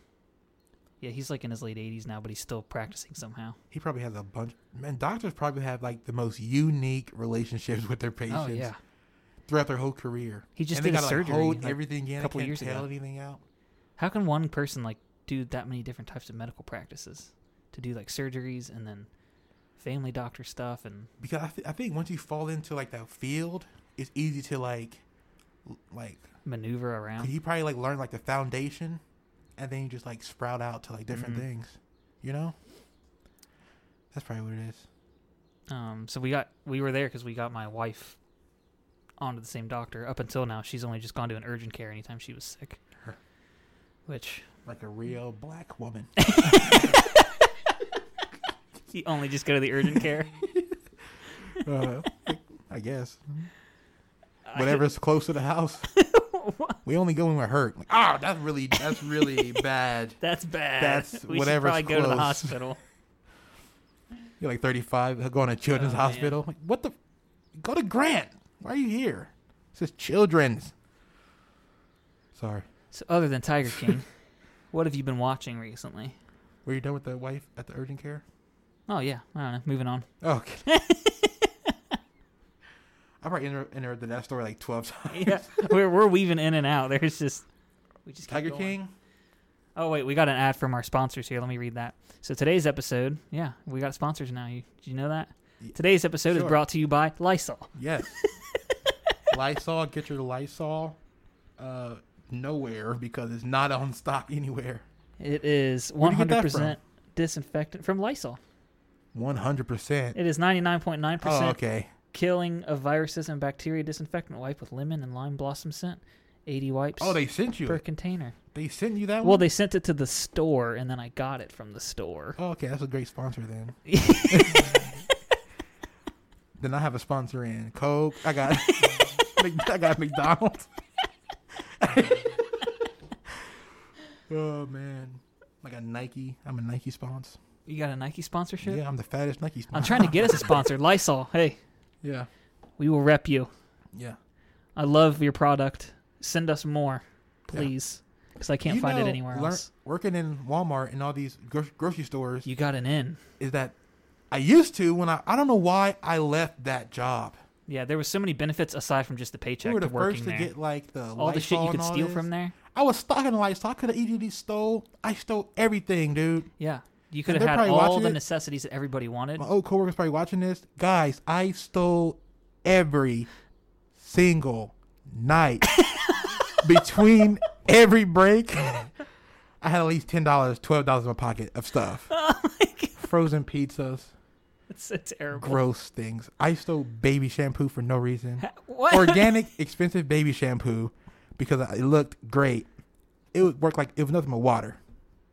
Speaker 1: Yeah, he's like in his late 80s now, but he's still practicing somehow.
Speaker 2: He probably has a bunch. Man, doctors probably have like the most unique relationships (laughs) with their patients
Speaker 1: Oh, yeah.
Speaker 2: throughout their whole career.
Speaker 1: He just
Speaker 2: and they
Speaker 1: did a
Speaker 2: gotta,
Speaker 1: surgery
Speaker 2: Like, hold
Speaker 1: like,
Speaker 2: everything in.
Speaker 1: couple
Speaker 2: Couple can't
Speaker 1: years ago.
Speaker 2: tell anything out.
Speaker 1: How can one person, like, do that many different types of medical practices? To do, like, surgeries and then family doctor stuff and.
Speaker 2: Because I, th- I think once you fall into like that field, it's easy to like, l- like
Speaker 1: Maneuver
Speaker 2: you
Speaker 1: around.
Speaker 2: probably like learn like the foundation, and then you just like sprout out to like different
Speaker 1: Mhm.
Speaker 2: things. You know. That's probably what it is.
Speaker 1: Um, so we got we were there because we got my wife onto the same doctor. Up until now, she's only just gone to an urgent care anytime she was sick.
Speaker 2: Her.
Speaker 1: Which
Speaker 2: Like a real black
Speaker 1: (laughs)
Speaker 2: woman.
Speaker 1: you only just go to the urgent care.
Speaker 2: uh, I guess. Whatever's close to the
Speaker 1: (laughs)
Speaker 2: house. we only go when we're hurt. Like, ah, that's really that's
Speaker 1: (laughs)
Speaker 2: really bad.
Speaker 1: That's bad.
Speaker 2: That's
Speaker 1: (laughs) we should
Speaker 2: whatever's
Speaker 1: probably go to the
Speaker 2: close.
Speaker 1: hospital.
Speaker 2: You're like 35, going to children's
Speaker 1: Oh, man.
Speaker 2: hospital. Like, what the? Go to Grant. Why are you here? It says children's. Sorry.
Speaker 1: So other than Tiger King, (laughs) what have you been watching recently?
Speaker 2: Were you done with the wife at the urgent care?
Speaker 1: Oh yeah, I don't know. Moving on.
Speaker 2: Oh, okay.
Speaker 1: (laughs)
Speaker 2: I probably inter- interrupted that story like 12 times.
Speaker 1: Yeah, (laughs) we're we're weaving in and out. There's just we just keep
Speaker 2: Tiger
Speaker 1: going.
Speaker 2: King?
Speaker 1: Oh wait, we got an ad from our sponsors here. Let me read that. So today's episode, yeah, we got sponsors now. You, did you know that?
Speaker 2: Ye-
Speaker 1: Today's episode is
Speaker 2: sure.
Speaker 1: brought to you by Lysol.
Speaker 2: Yes. (laughs) Lysol, get your Lysol uh, nowhere because it's not on stock anywhere.
Speaker 1: It is
Speaker 2: Where'd you get that
Speaker 1: 100% disinfectant from Lysol.
Speaker 2: 100%.
Speaker 1: It is 99.9%
Speaker 2: Oh, okay.
Speaker 1: killing of viruses and bacteria disinfectant wipe with lemon and lime blossom scent. 80 wipes
Speaker 2: Oh, they sent you.
Speaker 1: per
Speaker 2: it. Oh.
Speaker 1: container.
Speaker 2: They sent you that
Speaker 1: Well,
Speaker 2: one?
Speaker 1: they sent it to the store and then I got it from the store.
Speaker 2: Oh, okay, that's a great sponsor
Speaker 1: (laughs)
Speaker 2: then. (laughs) then I have a sponsor in Coke. I got (laughs) Mc- I got McDonald's. (laughs) oh man. I got Nike. I'm a Nike sponsor.
Speaker 1: You got a Nike sponsorship?
Speaker 2: Yeah, I'm the fattest Nike
Speaker 1: I'm
Speaker 2: sponsor.
Speaker 1: trying to get us a sponsor. Lysol, hey,
Speaker 2: (laughs) yeah.
Speaker 1: we will rep you.
Speaker 2: Yeah.
Speaker 1: I love your product. Send us more,
Speaker 2: Yeah.
Speaker 1: please. because I can't
Speaker 2: You
Speaker 1: find it
Speaker 2: know,
Speaker 1: anywhere
Speaker 2: lear-
Speaker 1: else.
Speaker 2: Working in Walmart and all these gro- grocery stores
Speaker 1: You got an in.
Speaker 2: is that I used to when I I don't know why I left that job.
Speaker 1: Yeah, there was so many benefits aside from just the paycheck
Speaker 2: we were
Speaker 1: to
Speaker 2: the first
Speaker 1: working
Speaker 2: to
Speaker 1: there.
Speaker 2: get like the
Speaker 1: all the
Speaker 2: Lysol
Speaker 1: shit you
Speaker 2: and
Speaker 1: could
Speaker 2: all
Speaker 1: steal
Speaker 2: this.
Speaker 1: from there.
Speaker 2: I was stocking lights. I could have easily stole. I stole everything, dude.
Speaker 1: Yeah, you could
Speaker 2: And
Speaker 1: have
Speaker 2: they're
Speaker 1: had
Speaker 2: probably
Speaker 1: all
Speaker 2: watching
Speaker 1: the
Speaker 2: it.
Speaker 1: necessities that everybody wanted.
Speaker 2: My old coworkers probably watching this. Guys, I stole every single
Speaker 1: (laughs)
Speaker 2: night between every break. I had at least ten dollars, twelve dollars in my pocket of stuff.
Speaker 1: (laughs) Oh my God,
Speaker 2: Frozen pizzas,
Speaker 1: (laughs) it's so terrible.
Speaker 2: gross things. I stole baby shampoo for no reason.
Speaker 1: (laughs) What?
Speaker 2: organic, expensive baby shampoo because it looked great. It would work like it was nothing but water.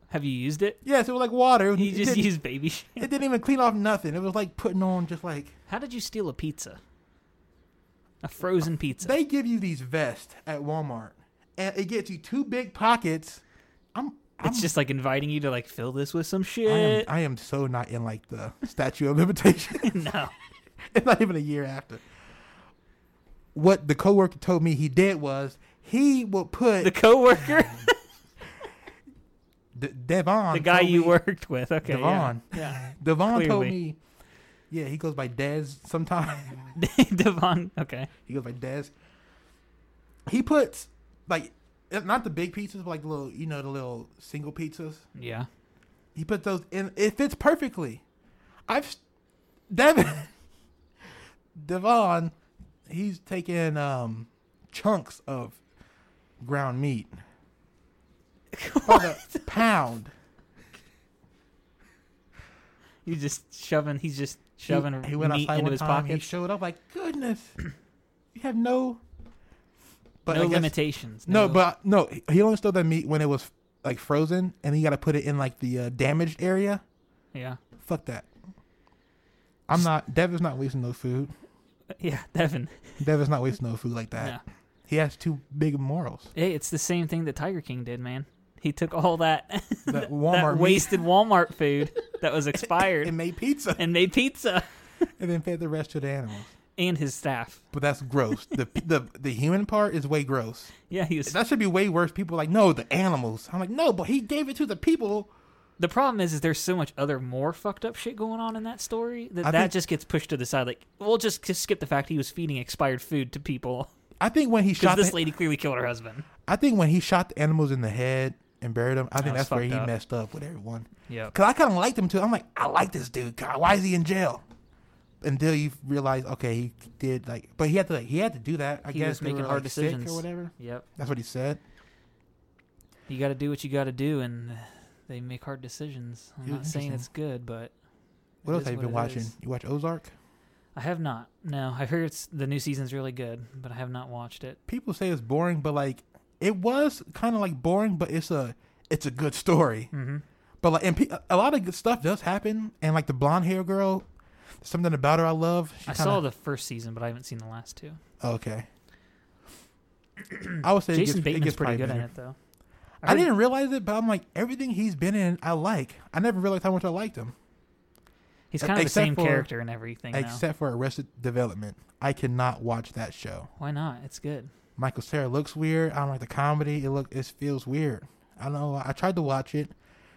Speaker 1: Have you used it?
Speaker 2: Yes, it was like water. It, (laughs)
Speaker 1: You just
Speaker 2: didn't,
Speaker 1: used baby. sh-
Speaker 2: it didn't even clean off nothing. It was like putting on just like
Speaker 1: How did you steal a pizza? A frozen pizza.
Speaker 2: they give you these vests at Walmart, and it gets you two big pockets. I'm, I'm
Speaker 1: it's just like inviting you to like fill this with
Speaker 2: I
Speaker 1: some
Speaker 2: am, (laughs)
Speaker 1: shit. (laughs)
Speaker 2: I am so not in like the statue of limitation. (laughs)
Speaker 1: no.
Speaker 2: it's not even a year after. What the coworker told me he did was he would put
Speaker 1: The coworker,
Speaker 2: (laughs) D- Devon,
Speaker 1: the guy
Speaker 2: told
Speaker 1: you
Speaker 2: me-
Speaker 1: worked with. Okay. yeah.
Speaker 2: Devon.
Speaker 1: Yeah.
Speaker 2: Devon told
Speaker 1: Clearly.
Speaker 2: me, yeah, he goes by Dez sometimes.
Speaker 1: (laughs) Devon. Okay.
Speaker 2: he goes by Dez. He puts like not the big pizzas, but like the little, you know, the little single pizzas.
Speaker 1: Yeah.
Speaker 2: He puts those in. It fits perfectly. I've Devon (laughs) Devon. He's taking um chunks of ground meat. By the pound.
Speaker 1: You just shoving. He's just shoving
Speaker 2: He, he went
Speaker 1: meat
Speaker 2: outside
Speaker 1: into
Speaker 2: one
Speaker 1: his
Speaker 2: time, He
Speaker 1: pockets.
Speaker 2: showed up like, goodness, you have no.
Speaker 1: no
Speaker 2: I guess-
Speaker 1: limitations.
Speaker 2: No, but no, he only stole that meat when it was like frozen, and he got to put it in like the uh, damaged area.
Speaker 1: yeah, (laughs)
Speaker 2: Fuck that. I'm not. Devin's not wasting no food.
Speaker 1: yeah, Devin.
Speaker 2: Devin's not wasting no food like that.
Speaker 1: No.
Speaker 2: He has two big morals.
Speaker 1: Hey, it's the same thing that Tiger King did, man. He took all that (laughs)
Speaker 2: That Walmart
Speaker 1: that
Speaker 2: meat
Speaker 1: wasted Walmart food
Speaker 2: (laughs)
Speaker 1: that was expired
Speaker 2: and made pizza, (laughs)
Speaker 1: and made pizza
Speaker 2: and then fed the rest to the animals.
Speaker 1: and his staff.
Speaker 2: But that's gross. the the The human part is way gross.
Speaker 1: Yeah, he was.
Speaker 2: That should be way worse. People are like no, the animals. I'm like no, but he gave it to the people.
Speaker 1: The problem is, is there's so much other more fucked up shit going on in that story that
Speaker 2: I
Speaker 1: that
Speaker 2: think-
Speaker 1: just gets pushed to the side. Like, we'll just, just skip the fact he was feeding expired food to people
Speaker 2: I think when he
Speaker 1: because
Speaker 2: shot
Speaker 1: this
Speaker 2: the,
Speaker 1: lady clearly killed her husband.
Speaker 2: I think when he shot the animals in the head and buried them, I think
Speaker 1: was
Speaker 2: that's where
Speaker 1: fucked
Speaker 2: he
Speaker 1: up.
Speaker 2: messed up with everyone.
Speaker 1: Yeah,
Speaker 2: Cause I kind of liked him too. I'm like, I like this dude. God, why is he in jail? Until you realize, okay, he did like, but he had to like, he had to do that. I
Speaker 1: He
Speaker 2: guess
Speaker 1: was
Speaker 2: they
Speaker 1: making
Speaker 2: were,
Speaker 1: hard
Speaker 2: like, sick
Speaker 1: decisions.
Speaker 2: or whatever.
Speaker 1: yep.
Speaker 2: That's what he said.
Speaker 1: You got to do what you got to do, and uh, they make hard decisions. I'm
Speaker 2: Yeah,
Speaker 1: not saying
Speaker 2: interesting.
Speaker 1: it's good, but
Speaker 2: What
Speaker 1: It
Speaker 2: else
Speaker 1: is
Speaker 2: have you
Speaker 1: what
Speaker 2: been
Speaker 1: it
Speaker 2: watching?
Speaker 1: is.
Speaker 2: You watch Ozark?
Speaker 1: I have not. No, I heard it's the new season's really good, but I have not watched it.
Speaker 2: People say it's boring, but like, it was kind of like boring, but it's a, it's a good story.
Speaker 1: Mm-hmm.
Speaker 2: But like, and pe- a lot of good stuff does happen. And like the blonde hair girl, something about her I love. She
Speaker 1: I
Speaker 2: kinda- Oh,
Speaker 1: saw the first season, but I haven't seen the last two.
Speaker 2: Okay. (clears throat) I would say it gets-
Speaker 1: Jason
Speaker 2: it
Speaker 1: Bateman's
Speaker 2: gets
Speaker 1: pretty
Speaker 2: probably
Speaker 1: good
Speaker 2: better.
Speaker 1: in it, though.
Speaker 2: I
Speaker 1: heard-
Speaker 2: didn't realize it, but I'm like everything he's been in, I like. I never realized how much I liked him,
Speaker 1: He's kind of the
Speaker 2: except
Speaker 1: same
Speaker 2: for-
Speaker 1: character and everything. now.
Speaker 2: except for Arrested Development. I cannot watch that show.
Speaker 1: Why not? It's good.
Speaker 2: Michael Sarah looks weird. I don't like the comedy. It look it feels weird. I don't know. I tried to watch it.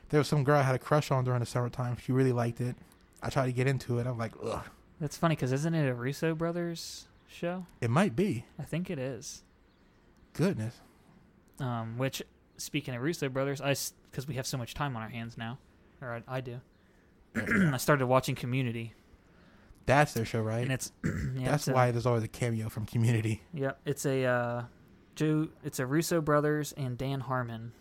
Speaker 2: There was some girl I had a crush on during the summertime. She really liked it. I tried to get into it. I'm like, ugh.
Speaker 1: That's funny because isn't it a Russo brothers show?
Speaker 2: It might be
Speaker 1: I think it is.
Speaker 2: goodness.
Speaker 1: Um, which speaking of Russo brothers, I because we have so much time on our hands now, or I, I do. (clears throat) I started watching Community,
Speaker 2: That's their show, right?
Speaker 1: and it's (clears throat) yeah,
Speaker 2: That's
Speaker 1: it's a-
Speaker 2: why there's always a cameo from Community.
Speaker 1: Yep, it's a uh, Joe. It's a Russo brothers and Dan Harmon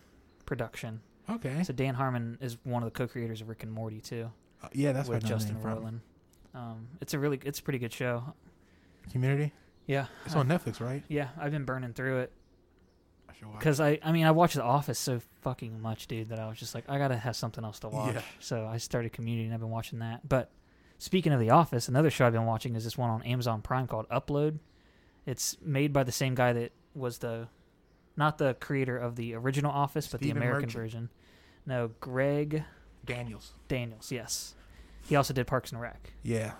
Speaker 1: production.
Speaker 2: Okay.
Speaker 1: So Dan Harmon is one of the co-creators of Rick and Morty too,
Speaker 2: Uh, yeah, that's where I
Speaker 1: with
Speaker 2: know the
Speaker 1: Justin
Speaker 2: name from.
Speaker 1: Roiland. Um, it's a really, it's a pretty good show.
Speaker 2: Community.
Speaker 1: Yeah,
Speaker 2: It's
Speaker 1: I-
Speaker 2: on Netflix, right?
Speaker 1: yeah, I've been burning through it
Speaker 2: I should watch.
Speaker 1: because I, I mean, I watched The Office so fucking much, dude, that I was just like, I gotta have something else to watch.
Speaker 2: Yeah.
Speaker 1: So I started Community, and I've been watching that. But speaking of The Office, another show I've been watching is this one on Amazon Prime called Upload. It's made by the same guy that was the, not the creator of the original Office, but
Speaker 2: Stephen
Speaker 1: the American
Speaker 2: Merchant.
Speaker 1: version. No, Greg
Speaker 2: Daniels.
Speaker 1: Daniels. Yes, he also did Parks and Rec.
Speaker 2: Yeah.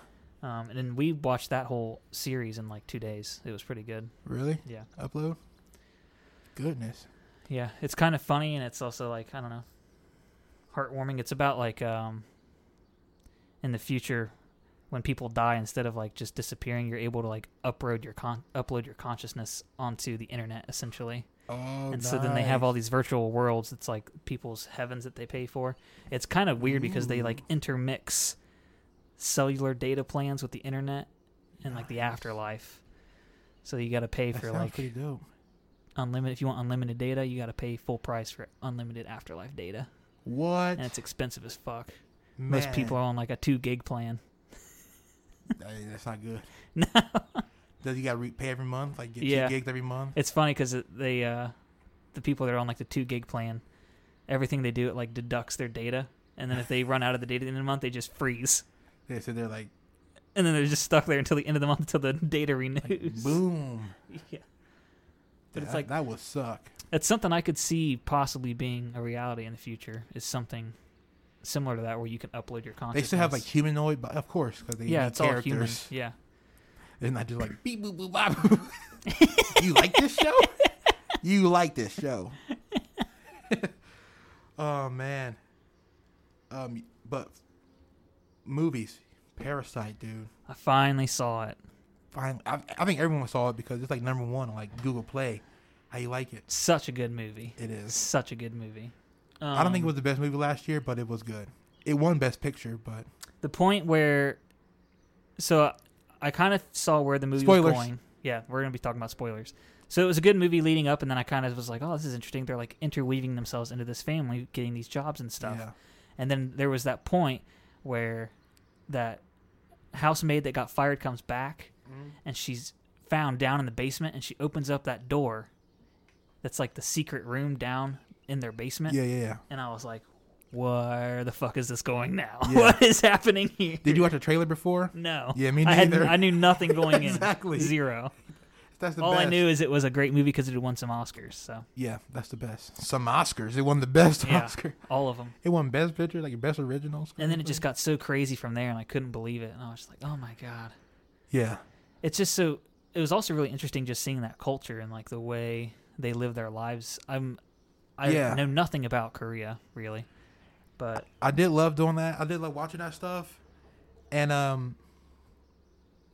Speaker 1: Um, and then we watched that whole series in like two days. It was pretty good.
Speaker 2: Really?
Speaker 1: Yeah.
Speaker 2: Upload? Goodness.
Speaker 1: Yeah, it's kind of funny and it's also like I don't know, heartwarming. It's about like um, in the future, when people die, instead of like just disappearing, you're able to like upload your con- upload your consciousness onto the internet essentially.
Speaker 2: Oh,
Speaker 1: and so then they have all these virtual worlds. It's like people's heavens that they pay for. It's kind of weird because they like
Speaker 2: Mm.
Speaker 1: intermix cellular data plans with the internet and like the
Speaker 2: Nice.
Speaker 1: afterlife. So you got to pay
Speaker 2: that
Speaker 1: for
Speaker 2: sounds
Speaker 1: like
Speaker 2: pretty dope.
Speaker 1: unlimited. If you want unlimited data, you got to pay full price for unlimited afterlife data,
Speaker 2: What?
Speaker 1: and it's expensive as fuck. Most people
Speaker 2: Man,
Speaker 1: are on like a two gig plan.
Speaker 2: (laughs) hey, that's not good.
Speaker 1: (laughs) No,
Speaker 2: Does you got to re- pay every month? Like get
Speaker 1: Yeah.
Speaker 2: two gigs every month?
Speaker 1: it's funny because they uh, the people that are on like the two gig plan, everything they do it like deducts their data, and then if they run out of the data in a month, they just freeze.
Speaker 2: They said they're
Speaker 1: (laughs)
Speaker 2: like,
Speaker 1: and then they're just stuck there until the end of the month until the (laughs) data renews.
Speaker 2: like, boom.
Speaker 1: (laughs) Yeah, But it's
Speaker 2: That-
Speaker 1: like-
Speaker 2: that would suck.
Speaker 1: that's something I could see possibly being a reality in the future. Is something similar to that where you can upload your
Speaker 2: They
Speaker 1: consciousness.
Speaker 2: still have like humanoid, but of course, because they
Speaker 1: yeah,
Speaker 2: need
Speaker 1: it's all human.
Speaker 2: characters.
Speaker 1: Yeah,
Speaker 2: They're not just (laughs) like beep boop boop bop. you like this show? You like this show? (laughs) oh man. Um, but movies, Parasite, dude.
Speaker 1: I finally saw it.
Speaker 2: Finally, I, I think everyone saw it because it's like number one on like Google Play. How you like it?
Speaker 1: Such a good movie.
Speaker 2: It is.
Speaker 1: Such a good movie. Um,
Speaker 2: I don't think it was the best movie last year, but it was good. It won Best Picture, but
Speaker 1: the point where. So, I kind of saw where the movie
Speaker 2: Spoilers.
Speaker 1: was going. Yeah, we're gonna be talking about spoilers. So it was a good movie leading up, and then I kind of was like, "Oh, this is interesting." They're like interweaving themselves into this family, getting these jobs and stuff.
Speaker 2: yeah,
Speaker 1: And then there was that point where that housemaid that got fired comes back
Speaker 2: Mm.
Speaker 1: and she's found down in the basement and she opens up that door that's like the secret room down in their basement.
Speaker 2: yeah, yeah, yeah.
Speaker 1: And I was like, where the fuck is this going now? (laughs)
Speaker 2: Yeah.
Speaker 1: what is happening here?
Speaker 2: Did you watch the trailer before?
Speaker 1: (laughs) No.
Speaker 2: Yeah, me
Speaker 1: I, had,
Speaker 2: neither.
Speaker 1: I knew nothing
Speaker 2: (laughs)
Speaker 1: going
Speaker 2: Exactly.
Speaker 1: in. Zero.
Speaker 2: That's the
Speaker 1: All
Speaker 2: best.
Speaker 1: I knew is it was a great movie because it had won some Oscars. So,
Speaker 2: Yeah, that's the best. Some Oscars. It won the best
Speaker 1: Yeah.
Speaker 2: Oscar.
Speaker 1: all of them.
Speaker 2: It won Best Picture, like Best Original.
Speaker 1: And then it
Speaker 2: Screenplay.
Speaker 1: just got so crazy from there and I couldn't believe it. And I was just like, oh my God.
Speaker 2: yeah,
Speaker 1: it's just so it was also really interesting just seeing that culture and like the way they live their lives i'm i
Speaker 2: Yeah.
Speaker 1: know nothing about korea really but
Speaker 2: I did love doing that. I did love watching that stuff, and um,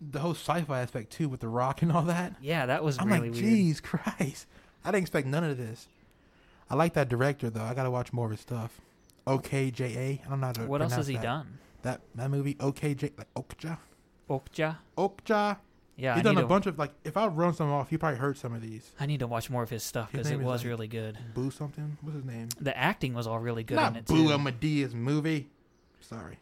Speaker 2: the whole sci-fi aspect too with the Rock and all that.
Speaker 1: yeah that was
Speaker 2: I'm
Speaker 1: really
Speaker 2: like,
Speaker 1: weird
Speaker 2: jeez, Christ! I didn't expect none of this. I like that director though. I gotta watch more of his stuff. OKJA. I don't know how to
Speaker 1: what else
Speaker 2: pronounce
Speaker 1: has he
Speaker 2: that.
Speaker 1: done
Speaker 2: That that movie OKJ like Okja
Speaker 1: okja
Speaker 2: Okja.
Speaker 1: yeah I
Speaker 2: He's
Speaker 1: need,
Speaker 2: done a
Speaker 1: to,
Speaker 2: bunch of like. If I run some off, you probably heard some of these.
Speaker 1: I need to watch more of his stuff
Speaker 2: His
Speaker 1: because it
Speaker 2: name is,
Speaker 1: was
Speaker 2: like,
Speaker 1: really good
Speaker 2: Boo something. What's his name?
Speaker 1: the acting was all really good in
Speaker 2: Not
Speaker 1: it
Speaker 2: Boo
Speaker 1: too.
Speaker 2: Amadeus movie. Sorry.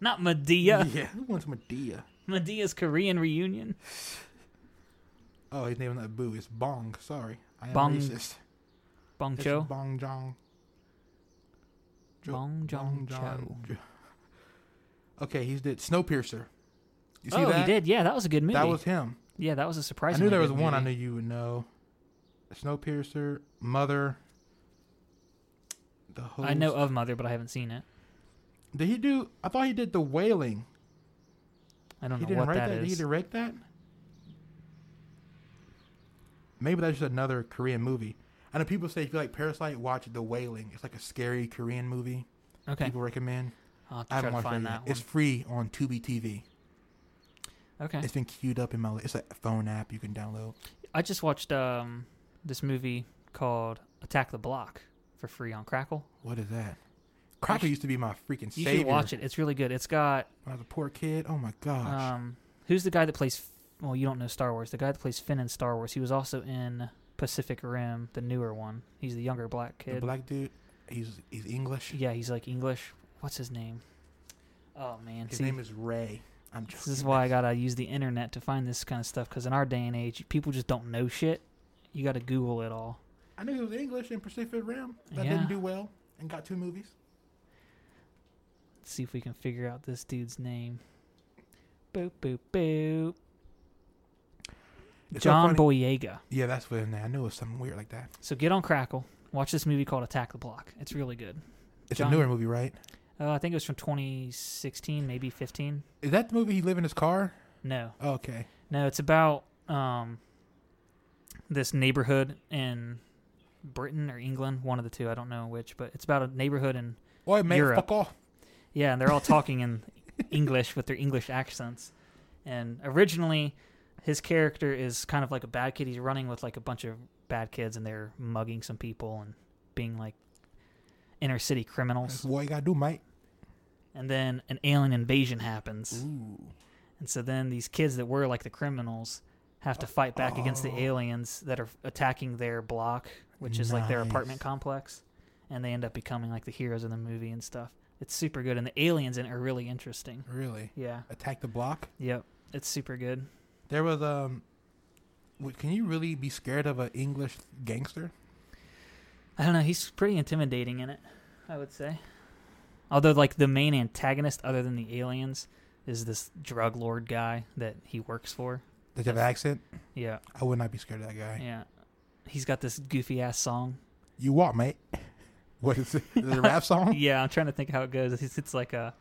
Speaker 1: not medea
Speaker 2: (laughs)
Speaker 1: (laughs)
Speaker 2: Yeah. Who wants Medea?
Speaker 1: medea's korean reunion
Speaker 2: Oh, his name is not Boo. It's Bong. Sorry. I am
Speaker 1: Bong
Speaker 2: racist.
Speaker 1: bong
Speaker 2: It's
Speaker 1: cho
Speaker 2: Bong Jong. Jo-
Speaker 1: bong jong cho
Speaker 2: Jong- Jo- (laughs) Okay, he's did Snowpiercer. You see
Speaker 1: oh
Speaker 2: that?
Speaker 1: he did yeah that was a good movie
Speaker 2: That was him.
Speaker 1: yeah that was a
Speaker 2: I
Speaker 1: surprise
Speaker 2: knew there was one I knew you would know. Snowpiercer, Mother. The host.
Speaker 1: i know of mother but i haven't seen it
Speaker 2: Did he do? I thought he did The Wailing.
Speaker 1: i don't
Speaker 2: He
Speaker 1: know
Speaker 2: didn't
Speaker 1: what
Speaker 2: write that.
Speaker 1: that
Speaker 2: Did he
Speaker 1: is
Speaker 2: direct that? Maybe that's just another Korean movie. I know people say if you like Parasite, watch The Wailing. It's like a scary Korean movie.
Speaker 1: okay
Speaker 2: People recommend.
Speaker 1: I'll have
Speaker 2: I
Speaker 1: to try
Speaker 2: haven't
Speaker 1: to
Speaker 2: watched it
Speaker 1: find that
Speaker 2: yet.
Speaker 1: one.
Speaker 2: It's free on Tubi TV.
Speaker 1: okay.
Speaker 2: It's been queued up in my. li- It's a phone app you can download.
Speaker 1: I just watched um this movie called Attack the Block for free on Crackle.
Speaker 2: What is that? Cracker
Speaker 1: sh-
Speaker 2: used to be my freaking
Speaker 1: You
Speaker 2: savior.
Speaker 1: should watch it. It's really good. It's got
Speaker 2: When I was a poor kid. Oh my gosh.
Speaker 1: um who's the guy that plays well, you don't know Star Wars. The guy that plays Finn in Star Wars, he was also in Pacific Rim, the newer one. He's the younger black
Speaker 2: the
Speaker 1: kid.
Speaker 2: black dude. He's he's English.
Speaker 1: yeah, he's like English. What's his name? Oh man,
Speaker 2: His
Speaker 1: see,
Speaker 2: name is Ray. I'm joking.
Speaker 1: this is why I gotta use the internet to find this kind of stuff because in our day and age, people just don't know shit. You gotta Google it all.
Speaker 2: I knew it was English in Pacific Rim. That
Speaker 1: Yeah.
Speaker 2: didn't do well and got two movies.
Speaker 1: see if we can figure out this dude's name. Boop boop boop.
Speaker 2: It's so
Speaker 1: John
Speaker 2: funny-
Speaker 1: Boyega.
Speaker 2: Yeah, that's what his name. I knew it was something weird like that.
Speaker 1: So get on Crackle. Watch this movie called Attack the Block. It's really good.
Speaker 2: It's
Speaker 1: John-
Speaker 2: a newer movie, right?
Speaker 1: Uh, I think it was from 2016, maybe 15.
Speaker 2: Is that the movie he live in his car?
Speaker 1: No,
Speaker 2: Oh, okay.
Speaker 1: no, it's about um, this neighborhood in Britain or England, one of the two, I don't know which, but it's about a neighborhood in
Speaker 2: Oi, mate,
Speaker 1: Europe.
Speaker 2: fuck off.
Speaker 1: yeah, and they're all talking in English with their English accents. And originally, his character is kind of like a bad kid. He's running with like a bunch of bad kids, and they're mugging some people and being like inner city
Speaker 2: That's
Speaker 1: criminals.
Speaker 2: what you gotta do, mate.
Speaker 1: And then an alien invasion happens,
Speaker 2: Ooh.
Speaker 1: and so then these kids that were like the criminals have to fight back against the
Speaker 2: Oh.
Speaker 1: aliens that are attacking their block, which is like their
Speaker 2: Nice.
Speaker 1: apartment complex, and they end up becoming like the heroes of the movie and stuff. It's super good, and the aliens in it are really interesting.
Speaker 2: Really?
Speaker 1: Yeah.
Speaker 2: Attack the block?
Speaker 1: Yep. It's super good.
Speaker 2: There was, um, wait, can you really be scared of an English gangster?
Speaker 1: I don't know. He's pretty intimidating in it, I would say. Although, like, the main antagonist, other than the aliens, is this drug lord guy that he works for.
Speaker 2: Does he have an accent?
Speaker 1: Yeah.
Speaker 2: I would not be scared of that guy.
Speaker 1: Yeah. He's got this goofy ass song.
Speaker 2: You what, mate? (laughs) What is it? Is it a
Speaker 1: (laughs)
Speaker 2: rap song?
Speaker 1: Yeah, I'm trying to think how it goes. It's, it's like a.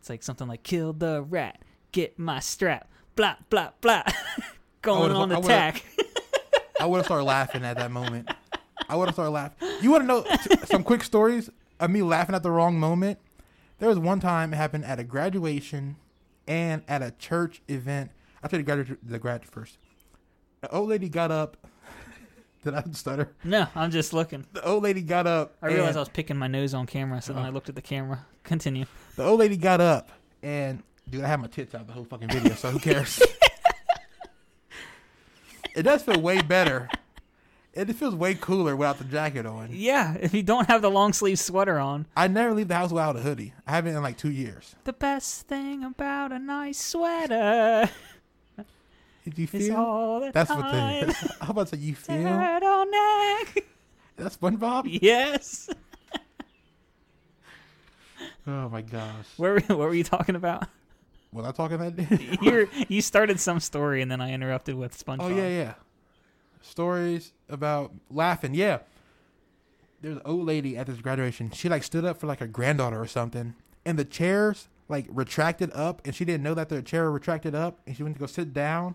Speaker 1: It's like something like "Kill the rat, get my strap, blah blah blah," (laughs) going
Speaker 2: would've-
Speaker 1: on
Speaker 2: I would've-
Speaker 1: attack. (laughs)
Speaker 2: I would have started laughing at that moment. I would have started laughing. You want to know t- some quick stories of me laughing at the wrong moment? There was one time it happened at a graduation and at a church event. I tried to graduate the grad first. The old lady got up. (laughs) Did I stutter?
Speaker 1: No, I'm just looking.
Speaker 2: The old lady got up.
Speaker 1: I realized
Speaker 2: and-
Speaker 1: I was picking my nose on camera, so then I looked at the camera. (laughs) Continue.
Speaker 2: The old lady got up and dude, I had my tits out the whole fucking video, so who
Speaker 1: (laughs)
Speaker 2: cares? it does feel way better. It feels way cooler without the jacket on.
Speaker 1: Yeah, if you don't have the long sleeve sweater on.
Speaker 2: I never leave the house without a hoodie. I haven't in like two years.
Speaker 1: The best thing about a nice sweater
Speaker 2: Did you
Speaker 1: is
Speaker 2: feel?
Speaker 1: all the
Speaker 2: That's what
Speaker 1: time. (laughs)
Speaker 2: the. (laughs) I'm about to say. You feel?
Speaker 1: Turtleneck.
Speaker 2: That's SpongeBob.
Speaker 1: Yes.
Speaker 2: Oh my gosh.
Speaker 1: Where were- what were you talking about? (laughs)
Speaker 2: Was I talking that? day?
Speaker 1: You you started some story and then I interrupted with SpongeBob.
Speaker 2: Oh yeah, yeah. Stories about laughing. Yeah. There's an old lady at this graduation. She like stood up for like her granddaughter or something, and the chairs like retracted up, and she didn't know that the chair retracted up, and she went to go sit down,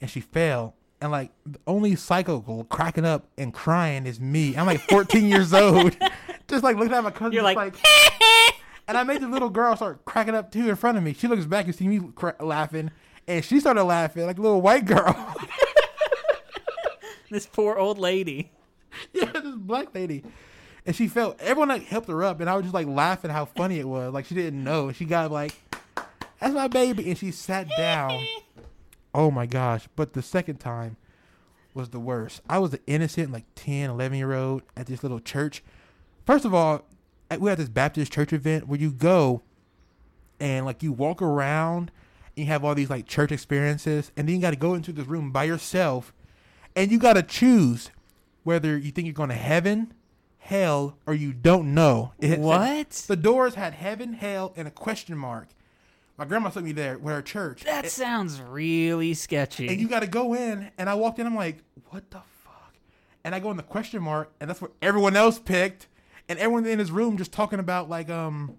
Speaker 2: and she fell. And like the only psycho girl cracking up and crying is me. I'm like 14
Speaker 1: (laughs)
Speaker 2: years old, just like looking at my cousin.
Speaker 1: You're
Speaker 2: just
Speaker 1: like, (laughs)
Speaker 2: and I made the little girl start cracking up too in front of me. She looks back and see me cra- laughing, and she started laughing like a little white girl.
Speaker 1: (laughs) this poor old lady.
Speaker 2: yeah, (laughs) this black lady. And she felt everyone like helped her up, and I was just like laughing how funny it was. Like she didn't know. She got like, "That's my baby," and she sat down. oh my gosh! But the second time was the worst. I was an innocent like 10, 11 year old at this little church. First of all, at- we had this Baptist church event where you go and like you walk around and you have all these like church experiences and then you got to go into this room by yourself and you got to choose whether you think you're going to heaven hell or you don't know It-
Speaker 1: What?
Speaker 2: the doors had heaven hell and a question mark my grandma took me there with her church
Speaker 1: That sounds really sketchy.
Speaker 2: and you got to go in. And I walked in. I'm like, what the fuck? And I go in the question mark, and that's what everyone else picked. And everyone in this room just talking about like um,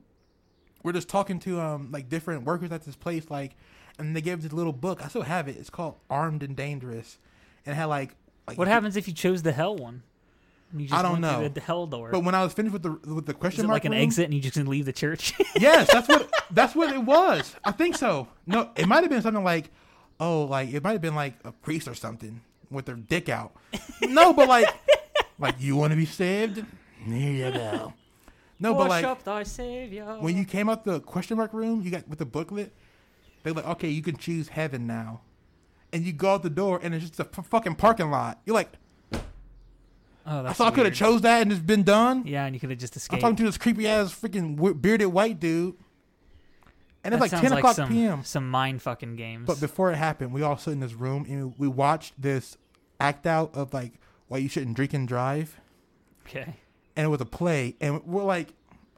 Speaker 2: we're just talking to um like different workers at this place like, and they gave us this little book. I still have it. It's called Armed and Dangerous, and it had like like
Speaker 1: what happens if you chose the hell one? You just
Speaker 2: I don't
Speaker 1: went through
Speaker 2: know.
Speaker 1: The hell door.
Speaker 2: But when I was finished with the with the question
Speaker 1: is it
Speaker 2: mark,
Speaker 1: like an
Speaker 2: room-
Speaker 1: exit and you just leave the church?
Speaker 2: Yes, that's what that's what it was. I think so. No, it might have been something like, oh, like it might have been like a priest or something with their dick out. No, but like, like you want to be saved? Here you go. No, (laughs) but like
Speaker 1: Worship thy savior.
Speaker 2: when you came up the question mark room, you got with the booklet. They're like, okay, you can choose heaven now, and you go out the door, and it's just a f- fucking parking lot. You're like,
Speaker 1: oh,
Speaker 2: I
Speaker 1: that's
Speaker 2: thought I could have
Speaker 1: weird.
Speaker 2: chose that and it's been done.
Speaker 1: Yeah, and you could have just
Speaker 2: I'm
Speaker 1: escaped.
Speaker 2: talking to this creepy ass freaking w- bearded white dude, and it's
Speaker 1: That
Speaker 2: like
Speaker 1: sounds
Speaker 2: 10 o'clock
Speaker 1: some,
Speaker 2: p.m.
Speaker 1: Some mind fucking games.
Speaker 2: But before it happened, we all sit in this room and we watched this act out of like why you shouldn't drink and drive,
Speaker 1: okay.
Speaker 2: and it was a play, and we're like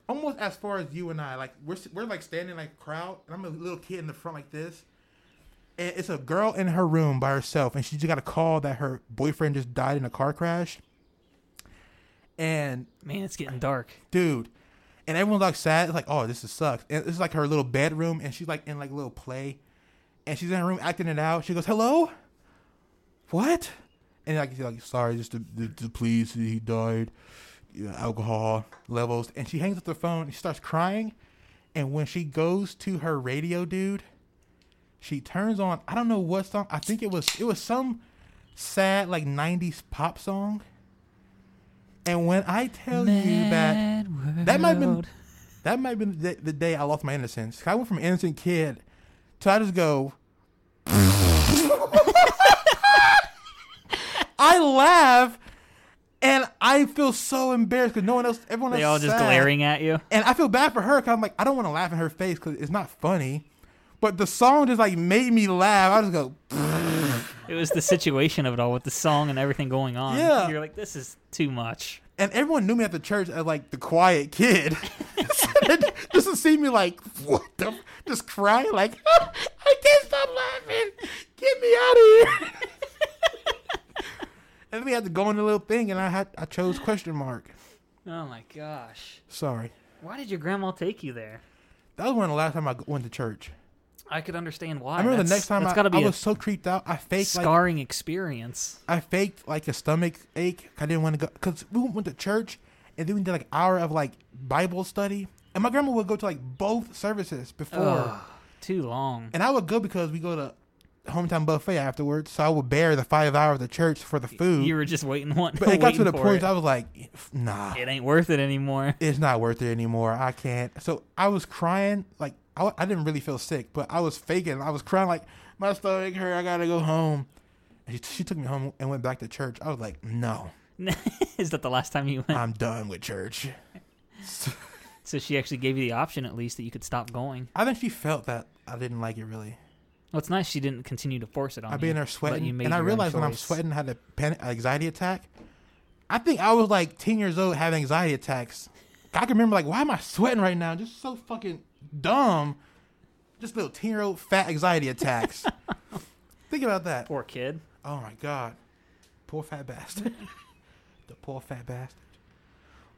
Speaker 2: almost as far as you and I, like we're s- we're like standing like crowd, and I'm a little kid in the front like this, and it's a girl in her room by herself, and she just got a call that her boyfriend just died in a car crash, and
Speaker 1: Man, it's getting dark.
Speaker 2: dude. And everyone's like sad. It's like, oh, this is sucks. And this is like her little bedroom, and she's like in like a little play, and she's in her room acting it out. She goes, "Hello, what? And like, he's like, sorry, just to, to, to please, he died, you know, alcohol levels. And she hangs up the phone. She starts crying, and when she goes to her radio, dude, she turns on. I don't know what song. I think it was it was some sad like '90s pop song. And when I tell you that that might have been that might have been the, the day I lost my innocence. I went from innocent kid to I just go. (laughs) I laugh, and I feel so embarrassed because no one else, everyone
Speaker 1: They all
Speaker 2: else,
Speaker 1: just
Speaker 2: sad.
Speaker 1: glaring at you.
Speaker 2: and I feel bad for her because I'm like, I don't want to laugh in her face because it's not funny. But the song just like made me laugh. I just go,
Speaker 1: It was the situation of it all with the song and everything going on.
Speaker 2: Yeah.
Speaker 1: You're like, this is too much.
Speaker 2: and everyone knew me at the church as like the quiet kid. (laughs) just to see me like what the f- just crying like "Ah, I can't stop laughing. Get me out of here. (laughs) and then we had to go on the little thing, and I had I chose question mark.
Speaker 1: Oh my gosh.
Speaker 2: Sorry,
Speaker 1: Why did your grandma take you there?
Speaker 2: that was one of the last time I g- went to church.
Speaker 1: I could understand why.
Speaker 2: I remember the
Speaker 1: That's-
Speaker 2: next time
Speaker 1: that's
Speaker 2: I,
Speaker 1: gotta be
Speaker 2: I
Speaker 1: a
Speaker 2: was so creeped out. I faked like
Speaker 1: scarring experience.
Speaker 2: I faked like a stomach ache. 'cause I didn't want to go because we went to church and then we did like hour of like Bible study. And my grandma would go to like both services before,
Speaker 1: Ugh, too long.
Speaker 2: and I would go because we go to hometown buffet afterwards. So I would bear the five hours of church for the food.
Speaker 1: You were just waiting (laughs) one.
Speaker 2: but it got to
Speaker 1: waiting
Speaker 2: the
Speaker 1: for
Speaker 2: point
Speaker 1: It.
Speaker 2: I was like, nah,
Speaker 1: it ain't worth it anymore. (laughs)
Speaker 2: it's not worth it anymore. I can't. So I was crying. Like I, I didn't really feel sick, but I was faking. I was crying like my stomach hurt. I gotta go home. And she, she took me home and went back to church. I was like, no.
Speaker 1: is that the last time you went?
Speaker 2: I'm done with church.
Speaker 1: So she actually gave you the option, at least, that you could stop going.
Speaker 2: I think she felt that I didn't like it really.
Speaker 1: Well, it's nice she didn't continue to force it on
Speaker 2: I'd be
Speaker 1: you,
Speaker 2: in there
Speaker 1: but
Speaker 2: sweating,
Speaker 1: you made
Speaker 2: and I
Speaker 1: your own
Speaker 2: realized when I'm
Speaker 1: choice.
Speaker 2: sweating, I had a panic, an anxiety attack. I think I was like 10 years old having anxiety attacks. I can remember like, why am I sweating right now? Just so fucking dumb. Just little 10 year old fat anxiety
Speaker 1: (laughs)
Speaker 2: attacks. think about that.
Speaker 1: Poor kid.
Speaker 2: Oh my god, poor fat bastard. (laughs) the poor fat bastard.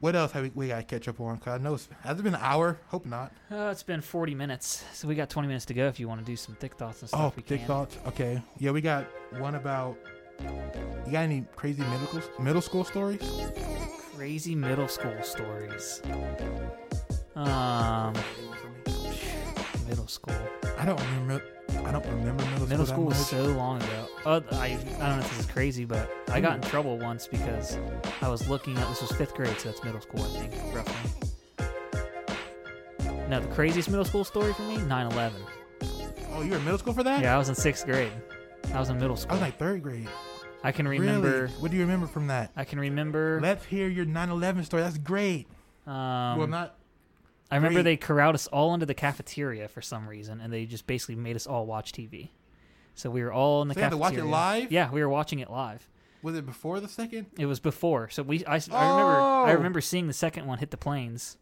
Speaker 2: What else have we, we got to catch up on? Cause I know it's, has it been an hour? Hope not.
Speaker 1: Oh, it's been 40 minutes, so we got 20 minutes to go. If you want to do some thick thoughts and stuff,
Speaker 2: Oh,
Speaker 1: we
Speaker 2: thick
Speaker 1: can.
Speaker 2: thoughts. Okay, yeah, we got one about. You got any crazy medical middle school stories?
Speaker 1: Crazy middle school stories. Um, middle school.
Speaker 2: I don't remember. I don't remember middle,
Speaker 1: Middle
Speaker 2: school.
Speaker 1: school
Speaker 2: that much.
Speaker 1: was so long ago. Uh, I, I don't know if this is crazy, but I got in
Speaker 2: Mm.
Speaker 1: trouble once because I was looking up. This was fifth grade, so that's middle school, I think, roughly. No, the craziest middle school story for me 9 11.
Speaker 2: Oh, you were in middle school for that?
Speaker 1: Yeah, I was in sixth grade. I was in middle school.
Speaker 2: I was like third grade.
Speaker 1: I can remember.
Speaker 2: Really? What do you remember from that?
Speaker 1: I can remember.
Speaker 2: Let's hear your 9/11 story. That's great.
Speaker 1: Um,
Speaker 2: well, not.
Speaker 1: I
Speaker 2: great.
Speaker 1: remember they corralled us all into the cafeteria for some reason, and they just basically made us all watch TV. So we were all in the
Speaker 2: So you had to
Speaker 1: cafeteria.
Speaker 2: watch it live?
Speaker 1: Yeah, we were watching it live.
Speaker 2: Was it before the second?
Speaker 1: It was before, so we. I, s- I remember. I
Speaker 2: Oh!
Speaker 1: remember seeing the second one hit the planes.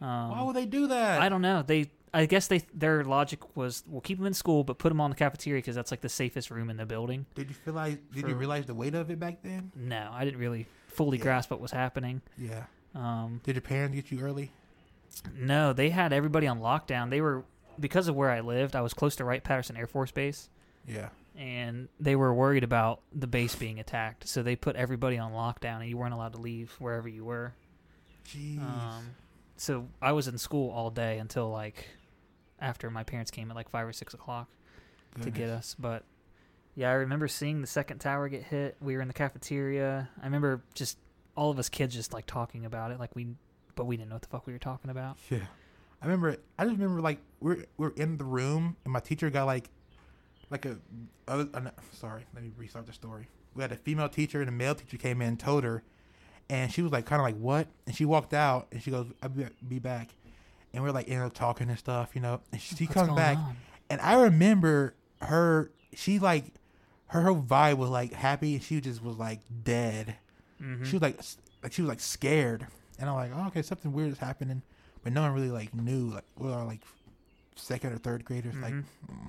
Speaker 1: Um,
Speaker 2: Why would they do that?
Speaker 1: I don't know. They. I guess they. Their logic was, we'll keep them in school, but put them on the cafeteria because that's like the safest room in the building.
Speaker 2: Did you feel like? Did you
Speaker 1: For-
Speaker 2: realize the weight of it back then?
Speaker 1: No, I didn't really fully
Speaker 2: Yeah.
Speaker 1: grasp what was happening.
Speaker 2: Yeah.
Speaker 1: Um,
Speaker 2: Did your parents get you early?
Speaker 1: No, they had everybody on lockdown. They were because of where I lived. I was close to Wright Patterson Air Force Base,
Speaker 2: Yeah.
Speaker 1: and they were worried about the base being attacked, so they put everybody on lockdown, and you weren't allowed to leave wherever you were.
Speaker 2: Jeez.
Speaker 1: Um, so I was in school all day until like after my parents came at like five or six o'clock to get
Speaker 2: Goodness.
Speaker 1: us. But yeah, I remember seeing the second tower get hit. We were in the cafeteria. I remember just all of us kids just like talking about it, like we, but we didn't know what the fuck we were talking about.
Speaker 2: Yeah. I remember I just remember like we're we're in the room and my teacher got like like a uh, uh, no, sorry, let me restart the story. We had a female teacher and a male teacher came in and told her and she was like kind of like what? And she walked out and she goes I'll be, be back. And we're like ended up talking and stuff, you know. And she, she
Speaker 1: What's
Speaker 2: comes
Speaker 1: going
Speaker 2: back
Speaker 1: on?
Speaker 2: and I remember her she like her whole vibe was like happy and she just was like dead.
Speaker 1: Mm-hmm.
Speaker 2: She was like s- like she was like scared. And I'm like, oh, okay, something weird is happening. But no one really like knew like we are like second or third graders like "Mm,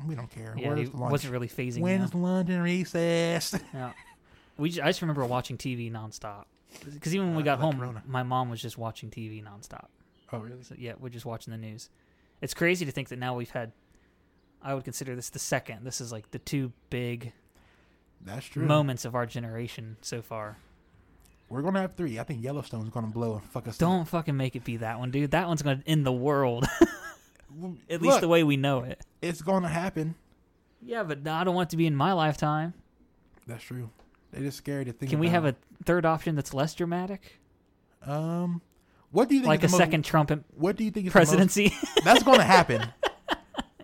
Speaker 2: we don't care.
Speaker 1: Mm-hmm. Yeah,
Speaker 2: Where's
Speaker 1: he
Speaker 2: lunch?
Speaker 1: wasn't really phasing me
Speaker 2: When's
Speaker 1: out.
Speaker 2: lunch and recess? (laughs)
Speaker 1: Yeah. We just, I just remember watching TV nonstop. Because even when we
Speaker 2: Uh,
Speaker 1: got
Speaker 2: like
Speaker 1: home,
Speaker 2: Rona.
Speaker 1: my mom was just watching TV nonstop.
Speaker 2: oh really?
Speaker 1: So yeah, we're just watching the news. It's crazy to think that now we've had. I would consider this the second. This is like the two big
Speaker 2: That's true.
Speaker 1: moments of our generation so far.
Speaker 2: We're gonna have three. I think Yellowstone's gonna blow and fuck us. up.
Speaker 1: Don't fucking make it be that one, dude. That one's gonna end the world. (laughs)
Speaker 2: Well,
Speaker 1: At least
Speaker 2: look,
Speaker 1: the way we know it.
Speaker 2: it's gonna happen.
Speaker 1: Yeah, but I don't want it to be in my lifetime.
Speaker 2: That's true. They just scary to think.
Speaker 1: Can we have
Speaker 2: about.
Speaker 1: a third option that's less dramatic,
Speaker 2: um? What do you think?
Speaker 1: like a
Speaker 2: is the most-
Speaker 1: second Trump im-
Speaker 2: What do you think is the most-
Speaker 1: presidency?
Speaker 2: (laughs)
Speaker 1: (laughs)
Speaker 2: that's gonna happen.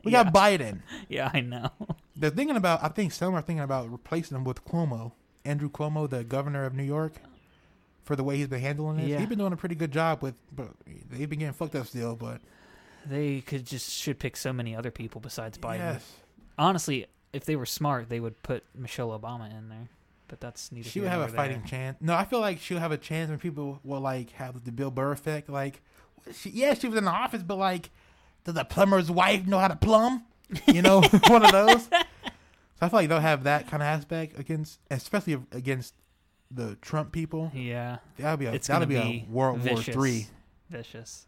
Speaker 2: We
Speaker 1: Yeah.
Speaker 2: got Biden.
Speaker 1: yeah, I know.
Speaker 2: They're thinking about. I think some are thinking about replacing him with Cuomo, Andrew Cuomo, the governor of New York, for the way he's been handling this.
Speaker 1: Yeah.
Speaker 2: He's been doing a pretty good job with. But they've been getting fucked up still. But
Speaker 1: They could just should pick so many other people besides Biden.
Speaker 2: yes,
Speaker 1: Honestly, if they were smart, they would put Michelle Obama in there. But that's neither.
Speaker 2: she
Speaker 1: here
Speaker 2: would have
Speaker 1: nor
Speaker 2: a fighting
Speaker 1: there.
Speaker 2: chance. No, I feel like she'll have a chance when people will like have the Bill Burr effect. Like, she, yeah, she was in the office, but like, does a plumber's wife know how to plumb? You know, (laughs) one of those. So I feel like they'll have that kind of aspect against, especially if- against the Trump people.
Speaker 1: Yeah,
Speaker 2: That'll be a,
Speaker 1: It's
Speaker 2: that'll be,
Speaker 1: gonna
Speaker 2: a
Speaker 1: be
Speaker 2: World
Speaker 1: vicious.
Speaker 2: War Three.
Speaker 1: vicious.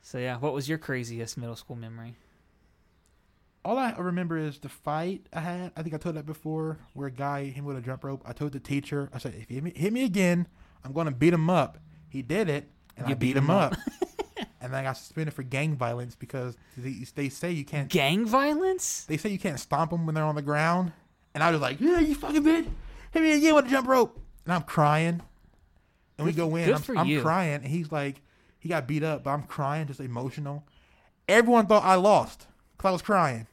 Speaker 1: So yeah, what was your craziest middle school memory?
Speaker 2: All I remember is the fight I had. I think I told that before, where a guy hit me with a jump rope. I told the teacher, I said, if you hit me, hit me again, I'm going to beat him up. He did it, and
Speaker 1: You
Speaker 2: I beat,
Speaker 1: beat
Speaker 2: him
Speaker 1: him
Speaker 2: up.
Speaker 1: (laughs)
Speaker 2: and then I got suspended for gang violence because they, they say you can't.
Speaker 1: Gang violence?
Speaker 2: They say you can't stomp them when they're on the ground. And I was like, yeah, you fucking bitch, hit me again with a jump rope. And I'm crying. And we
Speaker 1: Good-
Speaker 2: go in.
Speaker 1: good
Speaker 2: I'm,
Speaker 1: for
Speaker 2: I'm
Speaker 1: you.
Speaker 2: crying, and he's like, he got beat up, but I'm crying, just emotional. Everyone thought I lost because I was crying.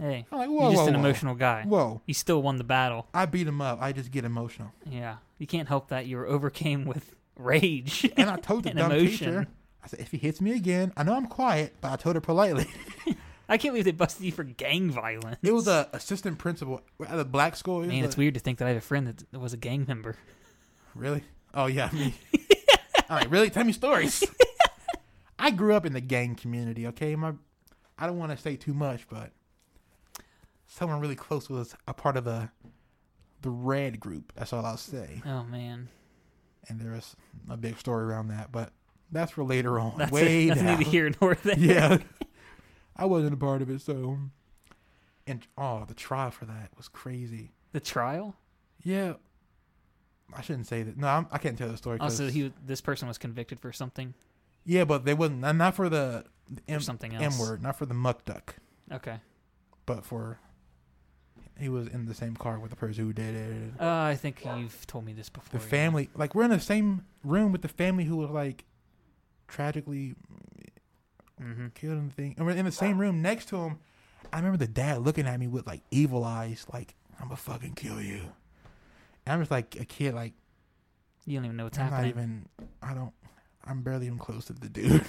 Speaker 1: Hey,
Speaker 2: I'm like,
Speaker 1: you're
Speaker 2: whoa,
Speaker 1: just
Speaker 2: whoa,
Speaker 1: an
Speaker 2: whoa.
Speaker 1: emotional guy.
Speaker 2: Whoa,
Speaker 1: You still won the battle.
Speaker 2: I beat him up. I just get emotional.
Speaker 1: Yeah, you can't help that you were overcame with rage.
Speaker 2: (laughs) And I told the
Speaker 1: (laughs) An
Speaker 2: dumb
Speaker 1: emotion.
Speaker 2: teacher, I said, if he hits me again, I know I'm quiet, but I told her politely. (laughs)
Speaker 1: I can't believe they busted you for gang violence.
Speaker 2: it was a assistant principal at a black school. It was
Speaker 1: Man,
Speaker 2: a-
Speaker 1: it's weird to think that I have a friend that- that was a gang member.
Speaker 2: Really? Oh yeah,
Speaker 1: (laughs)
Speaker 2: me. I'm like, really? Tell me stories. I grew up in the gang community. Okay, my, I don't want to say too much, but someone really close was a part of the, the red group. That's all I'll say.
Speaker 1: Oh man,
Speaker 2: And there was a big story around that, but that's for later on.
Speaker 1: that's,
Speaker 2: Way
Speaker 1: it. (laughs) that's
Speaker 2: down.
Speaker 1: neither here nor there. (laughs)
Speaker 2: yeah. I wasn't a part of it, so. And oh, the trial for that was crazy.
Speaker 1: The trial.
Speaker 2: Yeah. I shouldn't say that. No, I'm, I can't tell the story. 'cause-
Speaker 1: Also, Oh, he this person was convicted for something
Speaker 2: Yeah, but they wasn't not not for the the
Speaker 1: or
Speaker 2: M,
Speaker 1: something else.
Speaker 2: M word, not for the muck duck,
Speaker 1: Okay.
Speaker 2: but for he was in the same car with the person who did it.
Speaker 1: Uh, I think you've told me this before.
Speaker 2: The
Speaker 1: yeah.
Speaker 2: family, like we're in the same room with the family who was like tragically
Speaker 1: Mhm.
Speaker 2: killed and thing, and we're in the same room next to him. I remember the dad looking at me with like evil eyes, like I'm gonna fucking kill you. And I'm just like a kid, like
Speaker 1: You don't even know what's
Speaker 2: I'm not even,
Speaker 1: happening.
Speaker 2: I don't, I'm barely even close to the dude.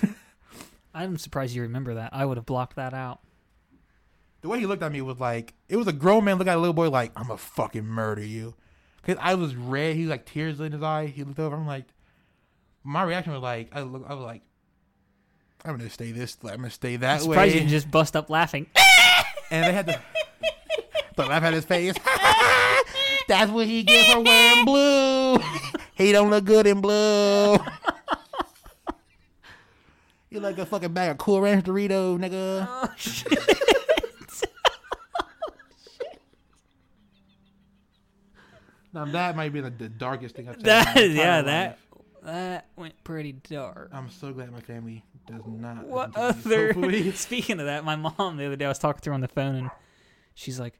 Speaker 1: I'm surprised you remember that. I would have blocked that out.
Speaker 2: the way he looked at me was like it was a grown man look at a little boy like I'm gonna fucking murder you, cause I was red. He was like tears in his eye. He looked over. I'm like, my reaction was like I look. I was like, I'm gonna stay this. I'm gonna stay that
Speaker 1: I'm surprised you
Speaker 2: way.
Speaker 1: didn't just bust up laughing. (laughs)
Speaker 2: and they had to. The laugh at his face. (laughs) That's what he gets for wearing blue. (laughs) he don't look good in blue. (laughs) you like a fucking bag of Cool Ranch Doritos, nigga.
Speaker 1: oh shit!
Speaker 2: Now that might be the, the darkest thing I've said. in my
Speaker 1: That yeah
Speaker 2: entire
Speaker 1: that
Speaker 2: life.
Speaker 1: that went pretty dark.
Speaker 2: I'm so glad my family does not. (laughs)
Speaker 1: What
Speaker 2: listen to these,
Speaker 1: other? (laughs)
Speaker 2: hopefully.
Speaker 1: Speaking of that, my mom the other day I was talking to her on the phone and she's like,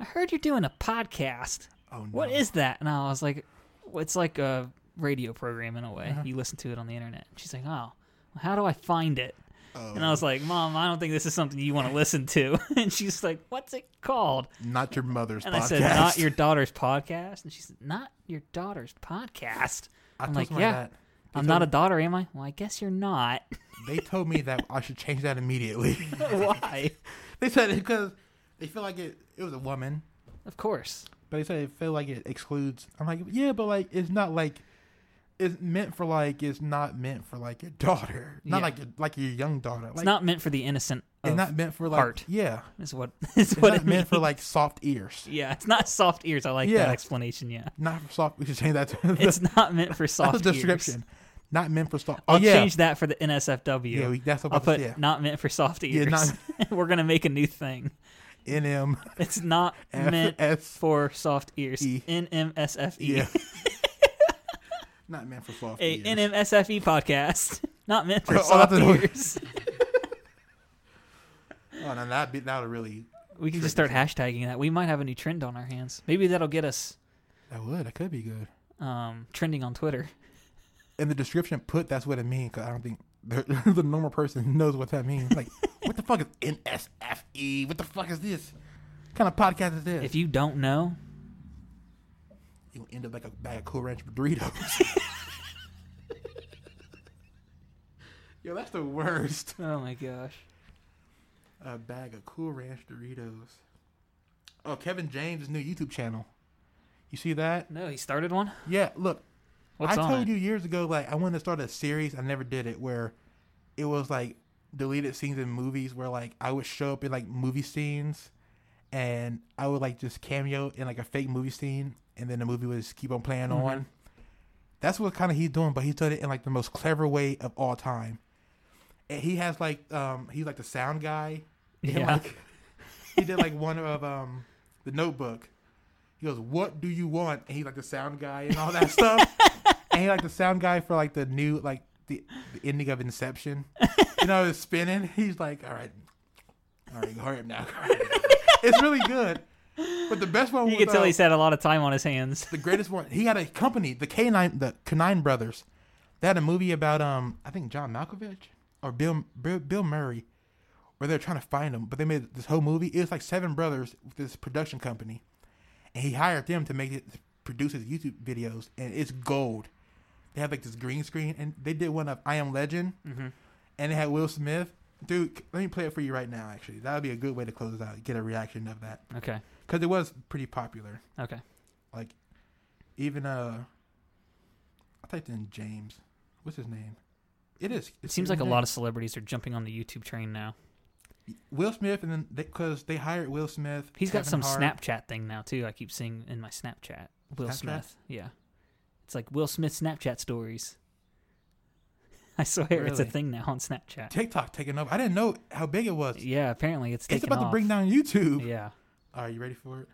Speaker 1: "I heard you're doing a podcast.
Speaker 2: Oh no.
Speaker 1: What is that?" And I was like, well, "It's like a radio program in a way.
Speaker 2: Uh-huh.
Speaker 1: You listen to it on the internet." And she's like, "Oh, well, how do I find it?"
Speaker 2: Oh,
Speaker 1: And I was like, "Mom, I don't think this is something you want to listen to." (laughs) and she's like, "What's it called?"
Speaker 2: not your mother's
Speaker 1: And
Speaker 2: podcast.
Speaker 1: I said, "Not your daughter's podcast." And she said, "Not your daughter's podcast."
Speaker 2: I
Speaker 1: I'm
Speaker 2: told
Speaker 1: like,
Speaker 2: somebody
Speaker 1: "Yeah,
Speaker 2: that. They
Speaker 1: I'm
Speaker 2: told
Speaker 1: not a
Speaker 2: me-
Speaker 1: daughter, am I? Well, I guess you're not. (laughs)
Speaker 2: They told me that I should change that immediately. (laughs)
Speaker 1: Why?
Speaker 2: they said it because they feel like it. It was a woman,
Speaker 1: Of course.
Speaker 2: but they said it feel like it excludes. I'm like, yeah, but like it's not like. It's meant for like it's not meant for like your daughter, not
Speaker 1: Yeah.
Speaker 2: like your, like your young daughter. Like,
Speaker 1: It's not meant for the innocent.
Speaker 2: it's
Speaker 1: of-
Speaker 2: not meant for like
Speaker 1: heart. (laughs)
Speaker 2: yeah,
Speaker 1: is what is
Speaker 2: it's
Speaker 1: what
Speaker 2: not
Speaker 1: it
Speaker 2: meant for
Speaker 1: means.
Speaker 2: like soft ears.
Speaker 1: Yeah, it's not soft ears. I like
Speaker 2: Yeah.
Speaker 1: that explanation. Yeah,
Speaker 2: Not for soft. We should change that. To
Speaker 1: it's not meant
Speaker 2: (laughs)
Speaker 1: for
Speaker 2: That's the (laughs)
Speaker 1: soft
Speaker 2: description.
Speaker 1: ears.
Speaker 2: Not meant for soft. Oh
Speaker 1: I'll
Speaker 2: yeah,
Speaker 1: change that for the NSFW.
Speaker 2: yeah. We, that's what
Speaker 1: I'll
Speaker 2: I'm
Speaker 1: put
Speaker 2: yeah.
Speaker 1: not meant for soft (laughs)
Speaker 2: Yeah,
Speaker 1: ears.
Speaker 2: not-
Speaker 1: We're gonna make a new thing.
Speaker 2: NM
Speaker 1: It's not meant
Speaker 2: S.
Speaker 1: for soft ears.
Speaker 2: E.
Speaker 1: NMSFE. (laughs)
Speaker 2: Yeah. Not meant for soft
Speaker 1: A
Speaker 2: ears.
Speaker 1: NMSFE E podcast. (laughs) Not
Speaker 2: (laughs)
Speaker 1: meant for
Speaker 2: Oh, that's
Speaker 1: soft
Speaker 2: annoying.
Speaker 1: ears.
Speaker 2: Oh, no, that'd be that would really.
Speaker 1: (laughs) We can just start hashtagging that. We might have a new trend on our hands. Maybe that'll get us
Speaker 2: That would. That could be good.
Speaker 1: um, trending on Twitter.
Speaker 2: In the description, put that's what it means. Cause I don't think the, (laughs) the normal person knows what that means. Like, (laughs) what the fuck is NSFE? E? What the fuck is this? What kind of podcast is this?
Speaker 1: If you don't know,
Speaker 2: you will end up like a bag of Cool Ranch Doritos.
Speaker 1: (laughs)
Speaker 2: Yo, that's the worst.
Speaker 1: oh my gosh.
Speaker 2: A bag of Cool Ranch Doritos. Oh, Kevin James' new YouTube channel. You see that?
Speaker 1: No, he started one?
Speaker 2: Yeah, look,
Speaker 1: What's
Speaker 2: I
Speaker 1: on
Speaker 2: told
Speaker 1: it?
Speaker 2: you years ago, like I wanted to start a series. I never did it, where it was like deleted scenes in movies, where like I would show up in like movie scenes, and I would like just cameo in like a fake movie scene, and then the movie would just keep on playing
Speaker 1: Mhm.
Speaker 2: on. That's what kind of he's doing, but he's done it in like the most clever way of all time. And he has like um he's like the sound guy. And,
Speaker 1: (laughs) Yeah.
Speaker 2: like, he did like one of um the Notebook. He goes, "What do you want?" And he like the sound guy and all that
Speaker 1: (laughs)
Speaker 2: stuff. and he like the sound guy for like the new like the, the ending of Inception. You know, it's spinning. (laughs) He's like, "All right, all right, hurry up now."
Speaker 1: (laughs)
Speaker 2: it's really good. But the best one
Speaker 1: You
Speaker 2: was
Speaker 1: could tell
Speaker 2: uh,
Speaker 1: he's had a lot of time on his hands. (laughs)
Speaker 2: the greatest one. He had a company, the K9, the Canine Brothers. They had a movie about um, I think John Malkovich or Bill Bill, Bill Murray, where they're trying to find him. But they made this whole movie. It was like seven brothers with this production company, and he hired them to make it to produce his YouTube videos, and it's gold. They have like this green screen, and they did one of I Am Legend, and they had Will Smith. Dude, let me play it for you right now. Actually, that would be a good way to close out. Get a reaction of that
Speaker 1: Okay.
Speaker 2: because it was pretty popular
Speaker 1: Okay.
Speaker 2: like even uh I typed in James. What's his name? It is.
Speaker 1: It seems like a lot of celebrities are jumping on the YouTube train now.
Speaker 2: Will Smith, and then because they, hired Will Smith,
Speaker 1: He's got some
Speaker 2: Kevin Hart.
Speaker 1: Snapchat thing now too. I keep seeing in my Snapchat. Will
Speaker 2: Snapchat?
Speaker 1: Smith. Yeah. It's like Will Smith Snapchat stories. (laughs) I swear it's a
Speaker 2: Really?
Speaker 1: thing now on Snapchat.
Speaker 2: TikTok taking over. I didn't know how big it was.
Speaker 1: Yeah, apparently it's
Speaker 2: it's
Speaker 1: taking
Speaker 2: about to
Speaker 1: off.
Speaker 2: bring down YouTube.
Speaker 1: Yeah.
Speaker 2: Are you ready for it?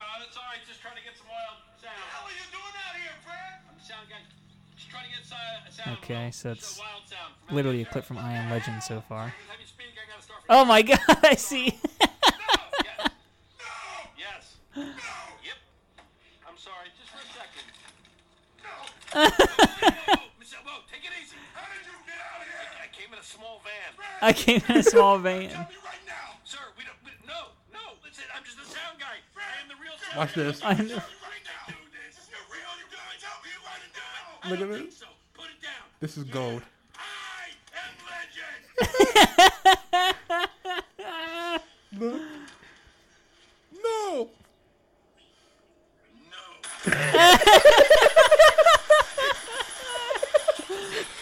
Speaker 3: Uh, that's all right. Just trying to get some wild sound. What the hell are you doing out here, Fred? I'm a sound guy. Just trying to get si- sound.
Speaker 1: Okay,
Speaker 3: wild-
Speaker 1: so it's
Speaker 3: so wild sound from out
Speaker 1: Literally a
Speaker 3: there.
Speaker 1: clip from I Am Legend so far.
Speaker 3: Every time you speak, I gotta start from-
Speaker 1: Oh my (laughs) god, I see.
Speaker 3: Yes. Yes. Yep. I'm sorry. Just for a
Speaker 1: (laughs)
Speaker 3: second. Whoa, Michelle, whoa, take it easy. How did you get out of here? I, I came in a small van.
Speaker 1: I came in a
Speaker 2: (laughs)
Speaker 1: small van.
Speaker 3: me right now. Sir, we don't. We, no, no. Listen, I'm just the sound guy. I am the real sound
Speaker 2: Watch
Speaker 3: guy.
Speaker 2: this.
Speaker 1: I know.
Speaker 2: Look at
Speaker 3: it.
Speaker 2: this.
Speaker 3: So put it down.
Speaker 2: This is gold.
Speaker 3: I am
Speaker 2: (laughs)
Speaker 3: legend.
Speaker 2: Look. No.
Speaker 3: no.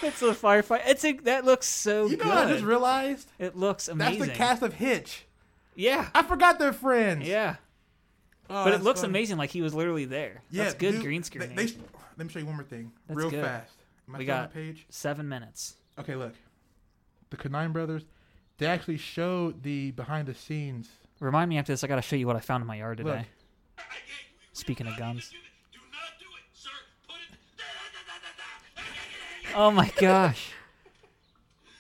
Speaker 1: It's a firefight. It's a, that looks so
Speaker 2: You know,
Speaker 1: good.
Speaker 2: what I just realized
Speaker 1: it looks
Speaker 2: that's
Speaker 1: amazing.
Speaker 2: the cast of Hitch.
Speaker 1: Yeah.
Speaker 2: I forgot they're friends.
Speaker 1: Yeah.
Speaker 2: Oh,
Speaker 1: But it
Speaker 2: that's
Speaker 1: looks
Speaker 2: funny.
Speaker 1: amazing like he was literally there.
Speaker 2: Yeah,
Speaker 1: That's good
Speaker 2: dude,
Speaker 1: green
Speaker 2: they-
Speaker 1: screen. eh?
Speaker 2: they- let me show you one more thing,
Speaker 1: That's
Speaker 2: real
Speaker 1: good.
Speaker 2: fast. Am I
Speaker 1: We
Speaker 2: still on
Speaker 1: got-
Speaker 2: the page?
Speaker 1: 7 minutes.
Speaker 2: Okay, look. The Canine Brothers, they actually showed the behind the scenes.
Speaker 1: Remind me after this I got to show you what I found in my yard today.
Speaker 2: Look.
Speaker 1: Speaking of guns.
Speaker 3: Do not do it, sir. Put it. Da, da, da, da, da.
Speaker 2: (laughs)
Speaker 1: Oh my gosh.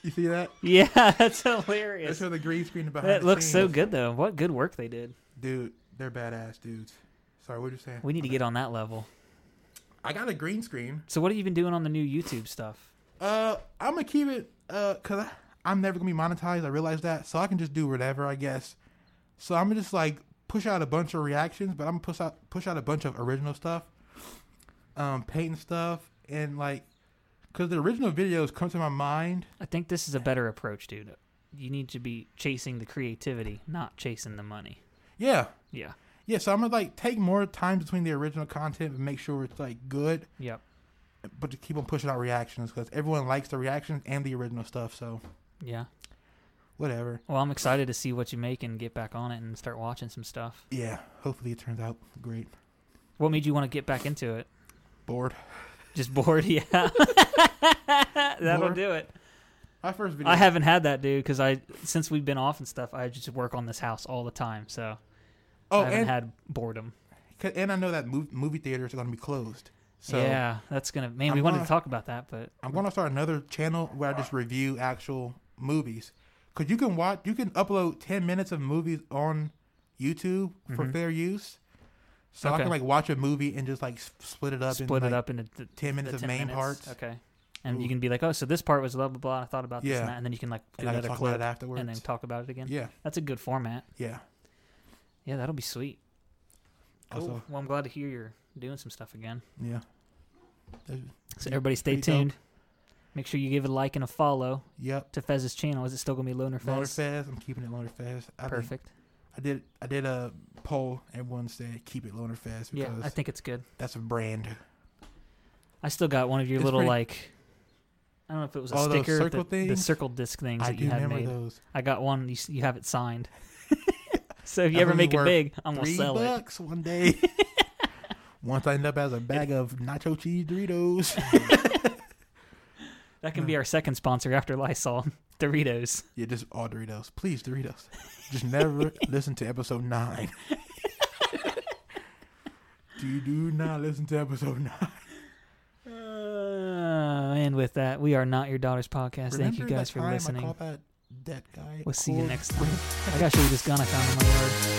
Speaker 2: You see that?
Speaker 1: Yeah, (laughs) that's
Speaker 2: They
Speaker 1: hilarious.
Speaker 2: show the green screen behind
Speaker 1: That
Speaker 2: the
Speaker 1: looks so
Speaker 2: scenes.
Speaker 1: good though. What good work they did.
Speaker 2: Dude, they're badass dudes. Sorry, what were you saying?
Speaker 1: We need to get on that level.
Speaker 2: I got a green screen.
Speaker 1: So what have you been doing on the new YouTube stuff?
Speaker 2: Uh, I'm gonna keep it, uh, cause I, I'm never gonna be monetized. I realize that, so I can just do whatever, I guess. So I'm gonna just like push out a bunch of reactions, but I'm gonna push out push out a bunch of original stuff, um, painting stuff, and like, cause the original videos come to my mind.
Speaker 1: I think this is a better approach, dude. You need to be chasing the creativity, not chasing the money.
Speaker 2: Yeah,
Speaker 1: Yeah.
Speaker 2: yeah. So I'm gonna like take more time between the original content and make sure it's like good,
Speaker 1: Yep.
Speaker 2: but to keep on pushing out reactions, cause everyone likes the reactions and the original stuff. So
Speaker 1: Yeah.
Speaker 2: whatever.
Speaker 1: Well, I'm excited to see what you make and get back on it and start watching some stuff.
Speaker 2: Yeah, hopefully it turns out great.
Speaker 1: What made you want to get back into it?
Speaker 2: Bored.
Speaker 1: (laughs) Just bored, yeah. That'll
Speaker 2: Bored?
Speaker 1: do it.
Speaker 2: My first video.
Speaker 1: I haven't had that, dude, because I since we've been off and stuff, I just work on this house all the time, so
Speaker 2: Oh,
Speaker 1: I haven't
Speaker 2: and
Speaker 1: had boredom.
Speaker 2: 'cause- and I know that mov- movie theaters are going to be closed. So
Speaker 1: yeah, that's gonna. Man, we
Speaker 2: I'm
Speaker 1: wanted to
Speaker 2: gonna-
Speaker 1: talk about that, but
Speaker 2: I'm going to start another channel where I just review actual movies. Cause you can watch, you can upload 10 minutes of movies on YouTube for fair use. So I
Speaker 1: Mm-hmm. Okay.
Speaker 2: can like watch a movie and just like s- split it up.
Speaker 1: split
Speaker 2: and,
Speaker 1: it
Speaker 2: like,
Speaker 1: up into th-
Speaker 2: 10 minutes
Speaker 1: the
Speaker 2: of main parts.
Speaker 1: Okay, and you can be like, oh, so this part was blah blah blah. and I thought about this
Speaker 2: Yeah.
Speaker 1: and that, and then you can like do
Speaker 2: And I can
Speaker 1: another
Speaker 2: talk
Speaker 1: clip
Speaker 2: about it afterwards.
Speaker 1: and then talk about it again.
Speaker 2: Yeah,
Speaker 1: That's a good format.
Speaker 2: yeah.
Speaker 1: Yeah, that'll be sweet. Cool.
Speaker 2: Also,
Speaker 1: Well, I'm glad to hear you're doing some stuff again.
Speaker 2: yeah.
Speaker 1: So everybody, stay
Speaker 2: Pretty dope.
Speaker 1: tuned. Make sure you give it a like and a follow
Speaker 2: Yep.
Speaker 1: to Fez's channel. Is it still gonna be Loner
Speaker 2: Loner
Speaker 1: Fez?
Speaker 2: Fest. I'm keeping it Loner Fest. I think-
Speaker 1: Perfect.
Speaker 2: I did. I did a poll. Everyone said keep it Loner Fest
Speaker 1: Yeah,
Speaker 2: because
Speaker 1: I think it's good.
Speaker 2: that's a brand.
Speaker 1: I still got one of your
Speaker 2: It's
Speaker 1: little
Speaker 2: pretty-
Speaker 1: like. I don't know if it was a
Speaker 2: Oh, those
Speaker 1: sticker,
Speaker 2: circle
Speaker 1: the, the
Speaker 2: things?
Speaker 1: circle disc things
Speaker 2: I
Speaker 1: that
Speaker 2: do
Speaker 1: you had
Speaker 2: remember
Speaker 1: made.
Speaker 2: those.
Speaker 1: I got one. You, s- you have
Speaker 2: (laughs)
Speaker 1: it signed. so if you
Speaker 2: That's
Speaker 1: ever
Speaker 2: only
Speaker 1: make it
Speaker 2: worth
Speaker 1: big, I'm gonna
Speaker 2: Three
Speaker 1: sell it.
Speaker 2: bucks one day. (laughs) Once I end up as a bag of nacho cheese Doritos. (laughs)
Speaker 1: That can be our second sponsor after Lysol, (laughs) Doritos.
Speaker 2: yeah, just all Doritos. Please, Doritos. Just
Speaker 1: (laughs)
Speaker 2: never listen to episode nine. do do not listen to episode nine.
Speaker 1: Uh, and with that, we are not your daughter's podcast. Thank you
Speaker 2: Remember
Speaker 1: guys
Speaker 2: that
Speaker 1: for
Speaker 2: time I
Speaker 1: listening.
Speaker 2: called that dead guy.
Speaker 1: We'll see you
Speaker 2: Corey
Speaker 1: next
Speaker 2: Grant?
Speaker 1: I gotta show you this gun I found in my yard.